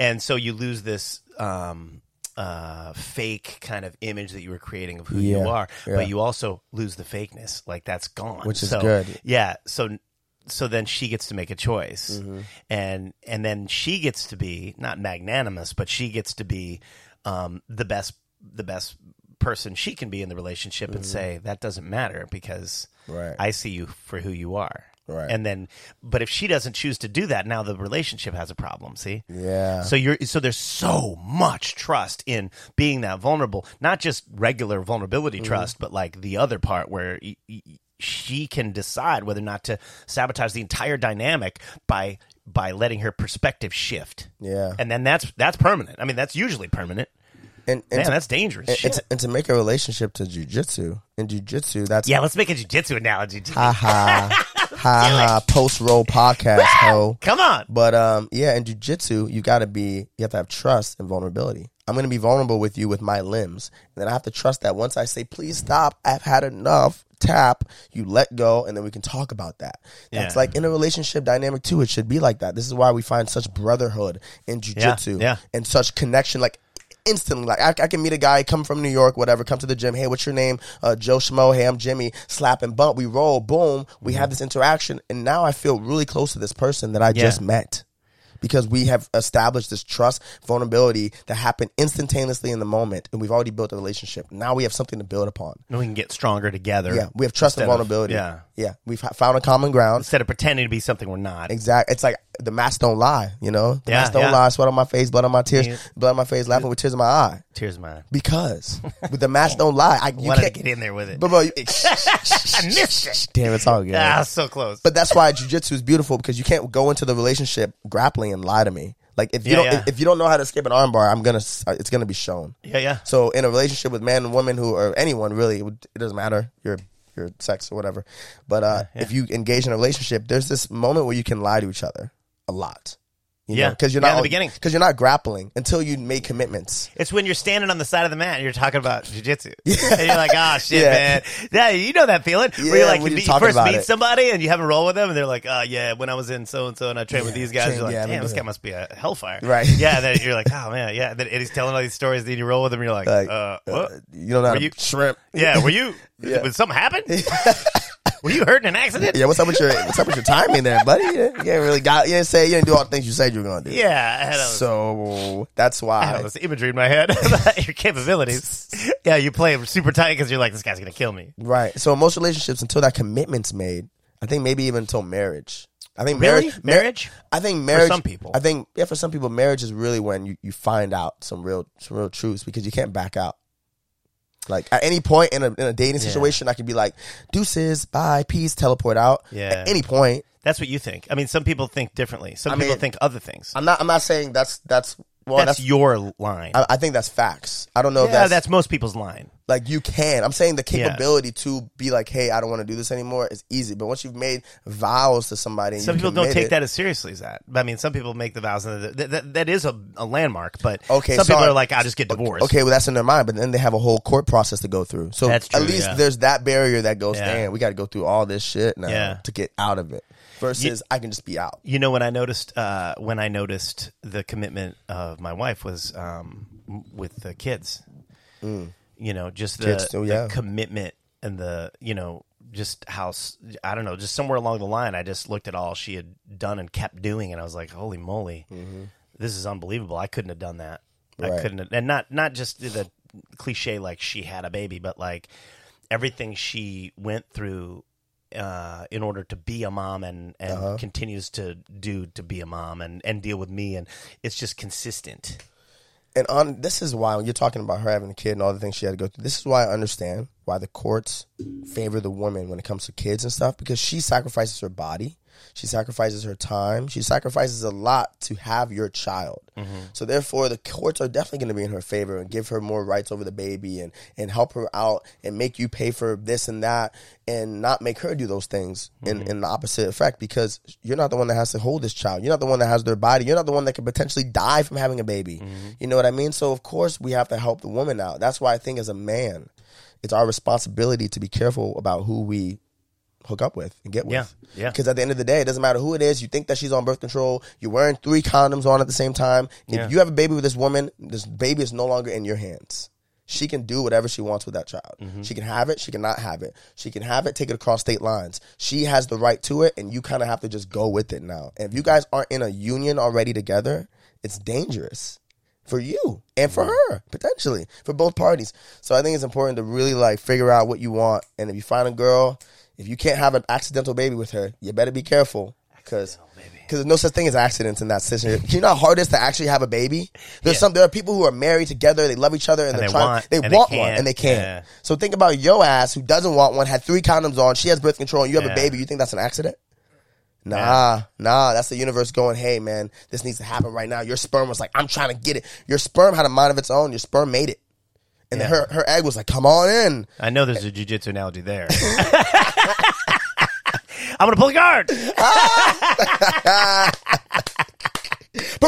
Speaker 1: and so you lose this um uh fake kind of image that you were creating of who
Speaker 2: Yeah,
Speaker 1: you are
Speaker 2: yeah.
Speaker 1: but you also lose the fakeness like that's gone
Speaker 2: Which is
Speaker 1: So-
Speaker 2: good.
Speaker 1: yeah so so then she gets to make a choice
Speaker 2: Mm-hmm.
Speaker 1: and and then she gets to be not magnanimous but she gets to be um, the best the best person she can be in the relationship and say that doesn't matter because
Speaker 2: Mm-hmm. Right.
Speaker 1: i see you for who you are
Speaker 2: Right.
Speaker 1: and then but if she doesn't choose to do that now the relationship has a problem see
Speaker 2: Yeah.
Speaker 1: so you're so there's so much trust in
Speaker 2: Mm-hmm.
Speaker 1: being that vulnerable, not just regular vulnerability trust, but like the other part where y- y- she can decide whether or not to sabotage the entire dynamic by by letting her perspective shift.
Speaker 2: Yeah.
Speaker 1: And then that's that's permanent. I mean, that's usually permanent.
Speaker 2: And, and
Speaker 1: Man,
Speaker 2: to,
Speaker 1: that's dangerous.
Speaker 2: and,
Speaker 1: Shit.
Speaker 2: and to, and to make a relationship to jujitsu in jujitsu, that's
Speaker 1: yeah, let's make a jujitsu analogy.
Speaker 2: ha ha ha ha post roll podcast ho.
Speaker 1: Come on.
Speaker 2: But um, yeah, in jujitsu, you got to be, you have to have trust and vulnerability. I'm going to be vulnerable with you with my limbs, and then I have to trust that once I say, "Please stop, I've had enough." Tap, you let go, and then we can talk about that. That's
Speaker 1: Yeah.
Speaker 2: like in a relationship dynamic too. It should be like that. This is why we find such brotherhood in jujitsu
Speaker 1: yeah.
Speaker 2: and such connection. Like instantly, like I, I can meet a guy, come from New York, whatever, come to the gym. Hey, what's your name? Uh, Joe Schmo. Hey, I'm Jimmy. Slap and bump. We roll. Boom. We
Speaker 1: Mm-hmm.
Speaker 2: have this interaction, and now I feel really close to this person that I just met because we have established this trust, vulnerability that happened instantaneously in the moment, and we've already built a relationship. Now we have something to build upon.
Speaker 1: And we can get stronger together.
Speaker 2: Yeah, we have trust
Speaker 1: Instead
Speaker 2: and
Speaker 1: of-
Speaker 2: vulnerability.
Speaker 1: yeah.
Speaker 2: yeah, we've ha- found a common ground.
Speaker 1: Instead of pretending to be something we're not.
Speaker 2: Exact. It's like the mask don't lie. You know, the
Speaker 1: Yeah,
Speaker 2: mask don't
Speaker 1: yeah.
Speaker 2: lie. Sweat on my face, blood on my tears,
Speaker 1: Yeah.
Speaker 2: blood on my face, laughing with tears in my eye.
Speaker 1: Tears of mine.
Speaker 2: Because with the mask don't lie, I you
Speaker 1: Why did I
Speaker 2: can't
Speaker 1: get in there with it?
Speaker 2: But bro, you,
Speaker 1: I missed it.
Speaker 2: damn, it's all good.
Speaker 1: Ah, so close.
Speaker 2: But that's why jujitsu is beautiful because you can't go into the relationship grappling and lie to me. Like if you
Speaker 1: Yeah,
Speaker 2: don't
Speaker 1: yeah.
Speaker 2: if you don't know how to escape an armbar, I'm gonna s- it's gonna be shown.
Speaker 1: yeah, yeah.
Speaker 2: So in a relationship with man and woman who or anyone really, it would- it doesn't matter your your sex or whatever. But uh, if you engage in a relationship, there's this moment where you can lie to each other a lot. You
Speaker 1: Yeah.
Speaker 2: because you're
Speaker 1: Yeah, in
Speaker 2: not
Speaker 1: the beginning.
Speaker 2: because you're not grappling until you make commitments.
Speaker 1: It's when you're standing on the side of the mat and you're talking about jujitsu. And you're like, oh, shit,
Speaker 2: Yeah.
Speaker 1: man. Yeah, you know that feeling. where
Speaker 2: Yeah,
Speaker 1: you're like,
Speaker 2: when
Speaker 1: you,
Speaker 2: you're
Speaker 1: meet,
Speaker 2: talking
Speaker 1: first
Speaker 2: about
Speaker 1: meet
Speaker 2: it.
Speaker 1: somebody and you have a roll with them, and they're like, oh, yeah, when I was in so and so and I trained with these guys,
Speaker 2: trained-
Speaker 1: you're like,
Speaker 2: yeah, I
Speaker 1: damn, this
Speaker 2: remember.
Speaker 1: guy must be a hellfire.
Speaker 2: Right.
Speaker 1: Yeah, and then you're like, oh, man, yeah. Then and he's telling all these stories, then you roll with him, you're like,
Speaker 2: Like,
Speaker 1: uh,
Speaker 2: uh,
Speaker 1: what?
Speaker 2: you don't know how
Speaker 1: Were
Speaker 2: to
Speaker 1: you-
Speaker 2: shrimp.
Speaker 1: yeah, were you,
Speaker 2: Yeah.
Speaker 1: did something happen? were you hurt in an accident?
Speaker 2: Yeah, what's up with your what's up with your timing there, buddy? You didn't really got you didn't say you didn't do all the things you said you were gonna do.
Speaker 1: Yeah, I had all this-
Speaker 2: So that's
Speaker 1: I had all
Speaker 2: why
Speaker 1: this imagery in my head about your capabilities. Yeah, you play him super tight because you're like, this guy's going to kill me.
Speaker 2: Right. So in most relationships, until that commitment's made, I think maybe even until marriage. I think
Speaker 1: Really?
Speaker 2: marriage,
Speaker 1: Marriage?
Speaker 2: I think marriage.
Speaker 1: some people.
Speaker 2: I think yeah. For some people, marriage is really when you, you find out some real some real truths because you can't back out. Like at any point in a, in a dating situation, I could be like, "Deuces, bye, peace, teleport out."
Speaker 1: Yeah.
Speaker 2: At any point,
Speaker 1: That's what you think. I mean, some people think differently. Some
Speaker 2: I
Speaker 1: people
Speaker 2: mean,
Speaker 1: think other things.
Speaker 2: I'm not. I'm not saying that's that's. Well,
Speaker 1: that's,
Speaker 2: that's.
Speaker 1: your line.
Speaker 2: I, I think that's facts. I don't know
Speaker 1: yeah,
Speaker 2: if
Speaker 1: that's,
Speaker 2: that's,
Speaker 1: most people's line.
Speaker 2: like you can. I'm saying the
Speaker 1: Yeah.
Speaker 2: capability to be like, "Hey, I don't want to do this anymore." is easy, but once you've made vows to somebody, and
Speaker 1: Some
Speaker 2: you
Speaker 1: people don't
Speaker 2: commit
Speaker 1: take
Speaker 2: it-
Speaker 1: that as seriously as that. I mean, some people make the vows, and that, that, that is a, a landmark. But
Speaker 2: Okay,
Speaker 1: some
Speaker 2: so
Speaker 1: people
Speaker 2: I-
Speaker 1: are like, "I'll just get divorced."
Speaker 2: Okay, well that's in their mind, but then they have a whole court process to go through. So
Speaker 1: That's true,
Speaker 2: at least
Speaker 1: yeah.
Speaker 2: there's that barrier that goes,
Speaker 1: Yeah.
Speaker 2: damn, we got to go through all this shit now
Speaker 1: Yeah.
Speaker 2: to get out of it. Versus, I can just be out.
Speaker 1: You know, when I noticed uh, when I noticed the commitment of my wife was um, m- with the kids. You know, just the,
Speaker 2: Mm. Kids too,
Speaker 1: the
Speaker 2: yeah.
Speaker 1: commitment and the you know just how s- I don't know, just somewhere along the line, I just looked at all she had done and kept doing, and I was like, "Holy moly, this is unbelievable! I couldn't have done that.
Speaker 2: Right.
Speaker 1: I couldn't, have, and not not just the cliche like she had a baby, but like everything she went through." uh, in order to be a mom and, and continues to do to be a mom and, and deal with me and it's just consistent.
Speaker 2: And on this is why when you're talking about her having a kid and all the things she had to go through, this is why I understand why the courts favor the woman when it comes to kids and stuff because she sacrifices her body, she sacrifices her time, she sacrifices a lot to have your child. So therefore, the courts are definitely going to be in her favor and give her more rights over the baby and and help her out and make you pay for this and that and not make her do those things in, in the opposite effect because you're not the one that has to hold this child. You're not the one that has their body. You're not the one that could potentially die from having a baby. You know what I mean? So of course we have to help the woman out. That's why I think as a man, it's our responsibility to be careful about who we hook up with and get with.
Speaker 1: Yeah, yeah.
Speaker 2: Because at the end of the day, it doesn't matter who it is. You think that she's on birth control. You're wearing three condoms on at the same time. If
Speaker 1: Yeah.
Speaker 2: you have a baby with this woman, this baby is no longer in your hands. She can do whatever she wants with that child.
Speaker 1: Mm-hmm.
Speaker 2: She can have it. She can not have it. She can have it. Take it across state lines. She has the right to it, and you kind of have to just go with it now. And if you guys aren't in a union already together, it's dangerous for you and for her potentially for both parties so i think it's important to really like figure out what you want and if you find a girl if you can't have an accidental Oh, baby with her you better be careful because because there's no such thing as accidents in that situation. you know how hard it is to actually have a baby. There's some there are people who are married together, they love each other, and, they're
Speaker 1: they
Speaker 2: trying,
Speaker 1: want-
Speaker 2: they
Speaker 1: and they
Speaker 2: want one,
Speaker 1: can't.
Speaker 2: and they can't.
Speaker 1: Yeah.
Speaker 2: So think about your ass who doesn't want one, had three condoms on, she has birth control, and you have
Speaker 1: Yeah.
Speaker 2: a baby. You think that's an accident? Nah,
Speaker 1: Yeah.
Speaker 2: nah, that's the universe going, hey man, this needs to happen right now. Your sperm was like, I'm trying to get it. Your sperm had a mind of its own. Your sperm made it. And then
Speaker 1: Yeah.
Speaker 2: her, her egg was like, come on in.
Speaker 1: I know there's a jujitsu analogy there. I'm gonna pull a guard.
Speaker 2: Put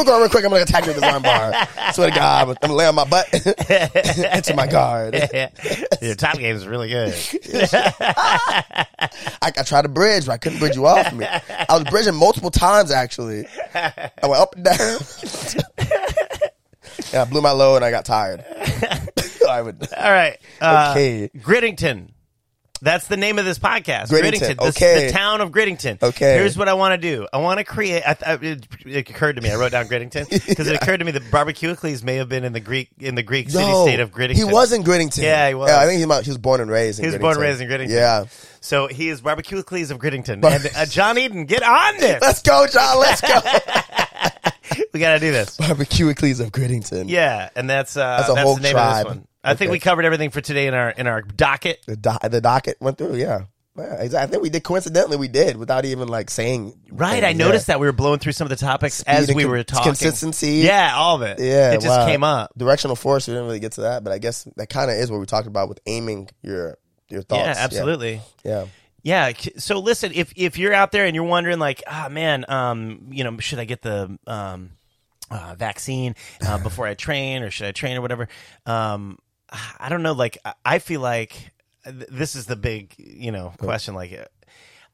Speaker 2: guard real quick. I'm going to attack you with this arm bar. Swear to God, I'm going to lay on my butt into my guard.
Speaker 1: Your top game is really good.
Speaker 2: I, I tried to bridge, but I couldn't bridge you off me. I was bridging multiple times, actually. I went up and down. and I blew my load and I got tired. I would.
Speaker 1: All right. Uh,
Speaker 2: Okay.
Speaker 1: Griddington. That's the name of this podcast.
Speaker 2: Griddington,
Speaker 1: This-
Speaker 2: okay.
Speaker 1: The town of Griddington.
Speaker 2: Okay.
Speaker 1: Here's what I want to do. I want to create. I, I, it, it occurred to me. I wrote down Griddington because it occurred to me that Barbecue Eccles may have been in the Greek in the Greek city
Speaker 2: Yo,
Speaker 1: state of Griddington.
Speaker 2: He was in Griddington.
Speaker 1: Yeah, he was.
Speaker 2: I think he, might- he was born and raised in
Speaker 1: He was born and raised in Griddington.
Speaker 2: Yeah.
Speaker 1: So he is Barbecue Eccles of Griddington. and uh, John Eden, get on this.
Speaker 2: Let's go, John. Let's go.
Speaker 1: we got to do this.
Speaker 2: Barbecue Eccles of Griddington.
Speaker 1: Yeah, and that's uh, that's,
Speaker 2: That's a whole
Speaker 1: the name of this
Speaker 2: tribe.
Speaker 1: one. I think
Speaker 2: Okay.
Speaker 1: we covered everything for today in our in our docket.
Speaker 2: The, do- the docket went through, yeah. Yeah, exactly. I think we did coincidentally we did without even like saying
Speaker 1: Right, I
Speaker 2: things,
Speaker 1: noticed
Speaker 2: yeah.
Speaker 1: that we were blowing through some of the topics as
Speaker 2: and
Speaker 1: we
Speaker 2: con-
Speaker 1: were talking.
Speaker 2: consistency.
Speaker 1: yeah, all of it.
Speaker 2: Yeah,
Speaker 1: it just
Speaker 2: wow.
Speaker 1: came up.
Speaker 2: Directional force. We didn't really get to that, but I guess that kind of is what we talked about with aiming your your thoughts.
Speaker 1: Yeah, absolutely.
Speaker 2: Yeah,
Speaker 1: Yeah. c- So listen, if if you're out there and you're wondering, like, ah, man, um, you know, should I get the um, uh, vaccine uh, before I train, or should I train or whatever? Um, I don't know. Like, I- I feel like uh, th- this is the big, you know, question. Like, uh,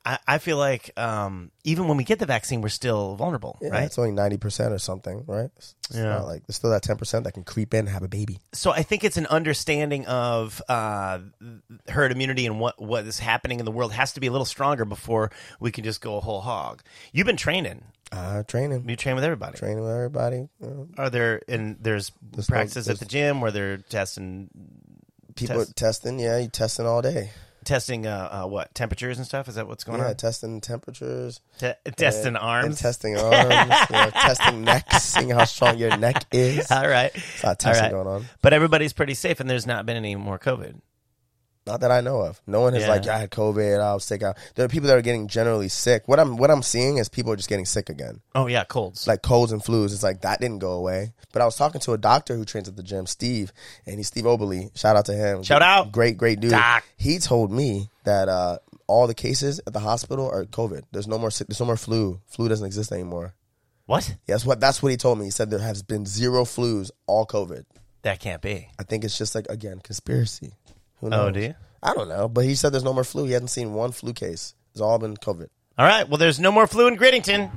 Speaker 1: I, I feel like um, even when we get the vaccine, we're still vulnerable,
Speaker 2: yeah.
Speaker 1: right?
Speaker 2: It's only ninety percent or something, right? It's, it's
Speaker 1: Yeah.
Speaker 2: not like there's still that ten percent that can creep in and have a baby.
Speaker 1: so I think it's an understanding of uh, th- herd immunity and what, what is happening in the world has to be a little stronger before we can just go a whole hog. You've been training.
Speaker 2: Uh, training,
Speaker 1: You train with everybody.
Speaker 2: training with everybody. You know,
Speaker 1: Are there and there's,
Speaker 2: no-
Speaker 1: practices at
Speaker 2: there's-
Speaker 1: the gym where they're testing
Speaker 2: people
Speaker 1: Test.
Speaker 2: are testing. Yeah, you testing all day.
Speaker 1: testing uh, uh, what temperatures and stuff? Is that what's going
Speaker 2: Yeah,
Speaker 1: on?
Speaker 2: testing temperatures,
Speaker 1: Te- testing
Speaker 2: and
Speaker 1: arms.
Speaker 2: testing arms, yeah, testing necks, seeing how strong your neck is.
Speaker 1: All right.
Speaker 2: It's not testing
Speaker 1: All right.
Speaker 2: going on.
Speaker 1: But everybody's pretty safe, and there's not been any more COVID.
Speaker 2: Not that I know of. No one is
Speaker 1: Yeah.
Speaker 2: like, "Yeah, I had COVID. I was sick. Out. There are people that are getting generally sick. What I'm what I'm seeing is people are just getting sick again.
Speaker 1: Oh yeah, colds.
Speaker 2: It's like colds and flus. It's like that didn't go away. But I was talking to a doctor who trains at the gym, Steve, and he's Steve Oberly. Shout out to him.
Speaker 1: Shout out.
Speaker 2: Great, great dude.
Speaker 1: Doc.
Speaker 2: He told me that uh, all the cases at the hospital are COVID. There's no more sick, there's no more flu. Flu doesn't exist anymore.
Speaker 1: what?
Speaker 2: Yes, what that's what he told me. He said there has been zero flus, all COVID.
Speaker 1: That can't be.
Speaker 2: I think it's just like again conspiracy. Who knows?
Speaker 1: Oh, do you?
Speaker 2: I don't know, but he said there's no more flu. He hasn't seen one flu case. It's all been COVID.
Speaker 1: All right. Well, there's no more flu in Griddington.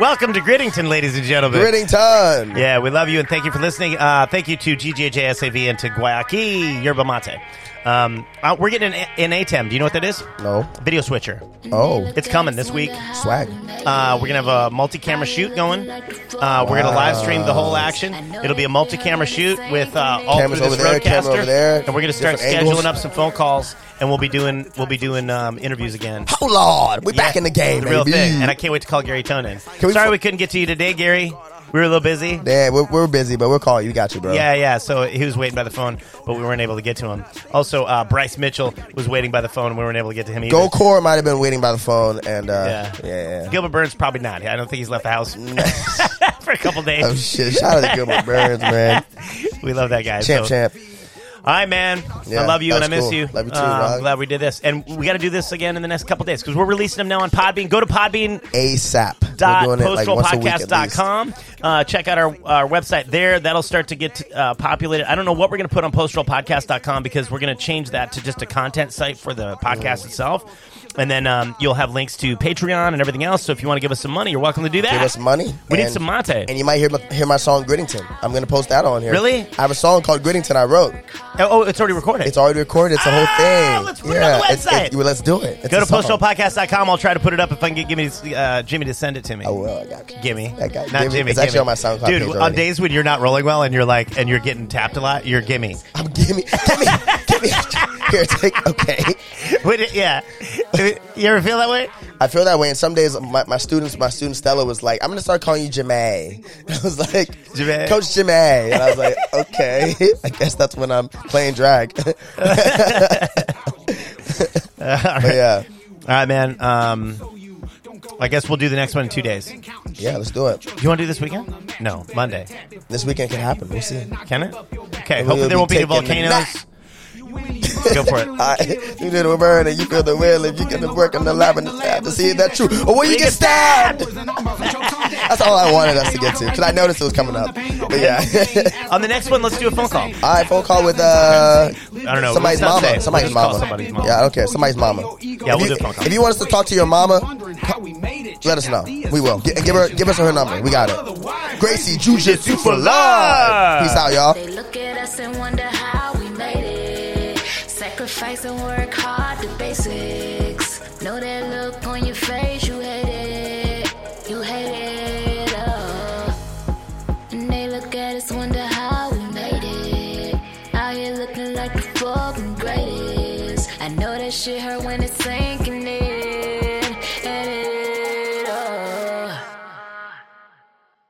Speaker 1: Welcome to Griddington, ladies and gentlemen.
Speaker 2: Griddington.
Speaker 1: Yeah, we love you and thank you for listening. Uh, thank you to GGHJSAV and to Guayaki Yerba Mate. Um, uh, we're getting an, an ATEM. Do you know what that is?
Speaker 2: No.
Speaker 1: Video switcher.
Speaker 2: Oh,
Speaker 1: It's coming this week.
Speaker 2: swag.
Speaker 1: Uh, we're going to have a multi camera shoot going. Uh, we're going to live stream the whole action. It'll be a multi camera shoot with uh, all
Speaker 2: Cameras
Speaker 1: through this
Speaker 2: over there, camera
Speaker 1: roadcaster.
Speaker 2: over there,
Speaker 1: and we're going to start scheduling
Speaker 2: different angles.
Speaker 1: up some phone calls and we'll be doing, we'll be doing um, interviews again.
Speaker 2: Oh Lord, we back
Speaker 1: Yeah,
Speaker 2: in the game,
Speaker 1: real
Speaker 2: baby.
Speaker 1: thing. And I can't wait to call Gary Tonin.
Speaker 2: we
Speaker 1: Sorry
Speaker 2: fu-
Speaker 1: we couldn't get to you today, Gary. We were a little busy.
Speaker 2: yeah, we're, we're busy, but we'll call you. We got you, bro.
Speaker 1: Yeah, yeah. So he was waiting by the phone, but we weren't able to get to him. Also, uh, Bryce Mitchell was waiting by the phone. We weren't able to get to him either.
Speaker 2: Go Core might have been waiting by the phone, and uh,
Speaker 1: Yeah.
Speaker 2: yeah, yeah.
Speaker 1: Gilbert Burns probably not. I don't think he's left the house
Speaker 2: Mm.
Speaker 1: for a couple
Speaker 2: Oh
Speaker 1: days.
Speaker 2: shit! Shout out to Gilbert Burns, man.
Speaker 1: We love that guy.
Speaker 2: Champ,
Speaker 1: So-
Speaker 2: champ.
Speaker 1: All right, man.
Speaker 2: Yeah,
Speaker 1: I love you
Speaker 2: that
Speaker 1: and I miss
Speaker 2: was cool.
Speaker 1: you.
Speaker 2: Love you too,
Speaker 1: Uh, I'm
Speaker 2: dog.
Speaker 1: glad we did this, and we got to do this again in the next couple days because we're releasing them now on Podbean. Go to Podbean
Speaker 2: ASAP.
Speaker 1: dot
Speaker 2: We're doing it like once a week at least.
Speaker 1: postrollpodcast.com. Uh, check out our, our website there. That'll start to get uh, populated. I don't know what we're going to put on postrollpodcast.com because we're going to change that to just a content site for the
Speaker 2: Mm.
Speaker 1: podcast itself. And then um, you'll have links to Patreon and everything else. So if you want to give us some money, you're welcome to do that.
Speaker 2: Give us money.
Speaker 1: We need
Speaker 2: and-
Speaker 1: some mate.
Speaker 2: And you might hear my, hear my song Griddington. I'm gonna post that on here.
Speaker 1: Really?
Speaker 2: I have a song called Griddington I wrote.
Speaker 1: oh, oh, it's already recorded.
Speaker 2: It's already recorded. It's a whole
Speaker 1: Ah,
Speaker 2: thing.
Speaker 1: let's put it on the
Speaker 2: it's- it-
Speaker 1: website.
Speaker 2: well, let's do it. It's
Speaker 1: Go
Speaker 2: a
Speaker 1: to
Speaker 2: song.
Speaker 1: postrollpodcast.com. I'll try to put it up if I can get Jimmy to, uh, Jimmy to send it to me.
Speaker 2: I will. I got you.
Speaker 1: Gimme.
Speaker 2: I got
Speaker 1: Not
Speaker 2: gimme.
Speaker 1: Jimmy.
Speaker 2: It's actually
Speaker 1: gimme.
Speaker 2: on my SoundCloud
Speaker 1: Dude,
Speaker 2: page
Speaker 1: on
Speaker 2: already.
Speaker 1: days when you're not rolling well and you're like, and you're getting tapped a lot, you're gimme.
Speaker 2: I'm gimme. Gimme. gimme. Caretaker. Okay.
Speaker 1: Would it- yeah. You ever feel that way?
Speaker 2: I feel that way. And some days, my, my students, my student Stella was like, "I'm gonna start calling you Jimay." I was like,
Speaker 1: Jimay.
Speaker 2: Coach Jimay," and I was like, "Okay, I guess that's when I'm playing drag." but yeah,
Speaker 1: All right, man. Um, I guess we'll do the next one in two days.
Speaker 2: yeah, let's do it.
Speaker 1: You want to do this weekend? No, Monday.
Speaker 2: This weekend can happen. We'll see.
Speaker 1: Can it? Okay.
Speaker 2: We'll
Speaker 1: Hopefully there won't be
Speaker 2: be
Speaker 1: any
Speaker 2: taking the
Speaker 1: volcanoes. Go for it.
Speaker 2: I, you did a word and you feel the will if you get to work in the lab and the lab to see if that's true. Or will you get stabbed? That's
Speaker 3: That's
Speaker 2: all I wanted us to get to because I noticed it was coming up. But yeah.
Speaker 1: On the next one, let's do a phone call.
Speaker 2: All right, phone call with uh,
Speaker 1: I don't know.
Speaker 2: somebody's
Speaker 1: It's not
Speaker 2: mama.
Speaker 1: safe.
Speaker 2: Somebody's
Speaker 1: Just call
Speaker 2: mama.
Speaker 1: somebody's mama.
Speaker 2: Yeah, I don't care. Somebody's mama.
Speaker 3: Yeah,
Speaker 1: we'll
Speaker 2: if
Speaker 1: do
Speaker 2: you,
Speaker 1: phone call.
Speaker 2: If you want us to talk to your mama, let us know. We will. Gi- give her, give us her number. We got it. Gracie Jujitsu for life. Peace out, y'all.
Speaker 4: They look at us and wonder how we made it. Sacrifice and work hard, the basics. Know that look on your face, you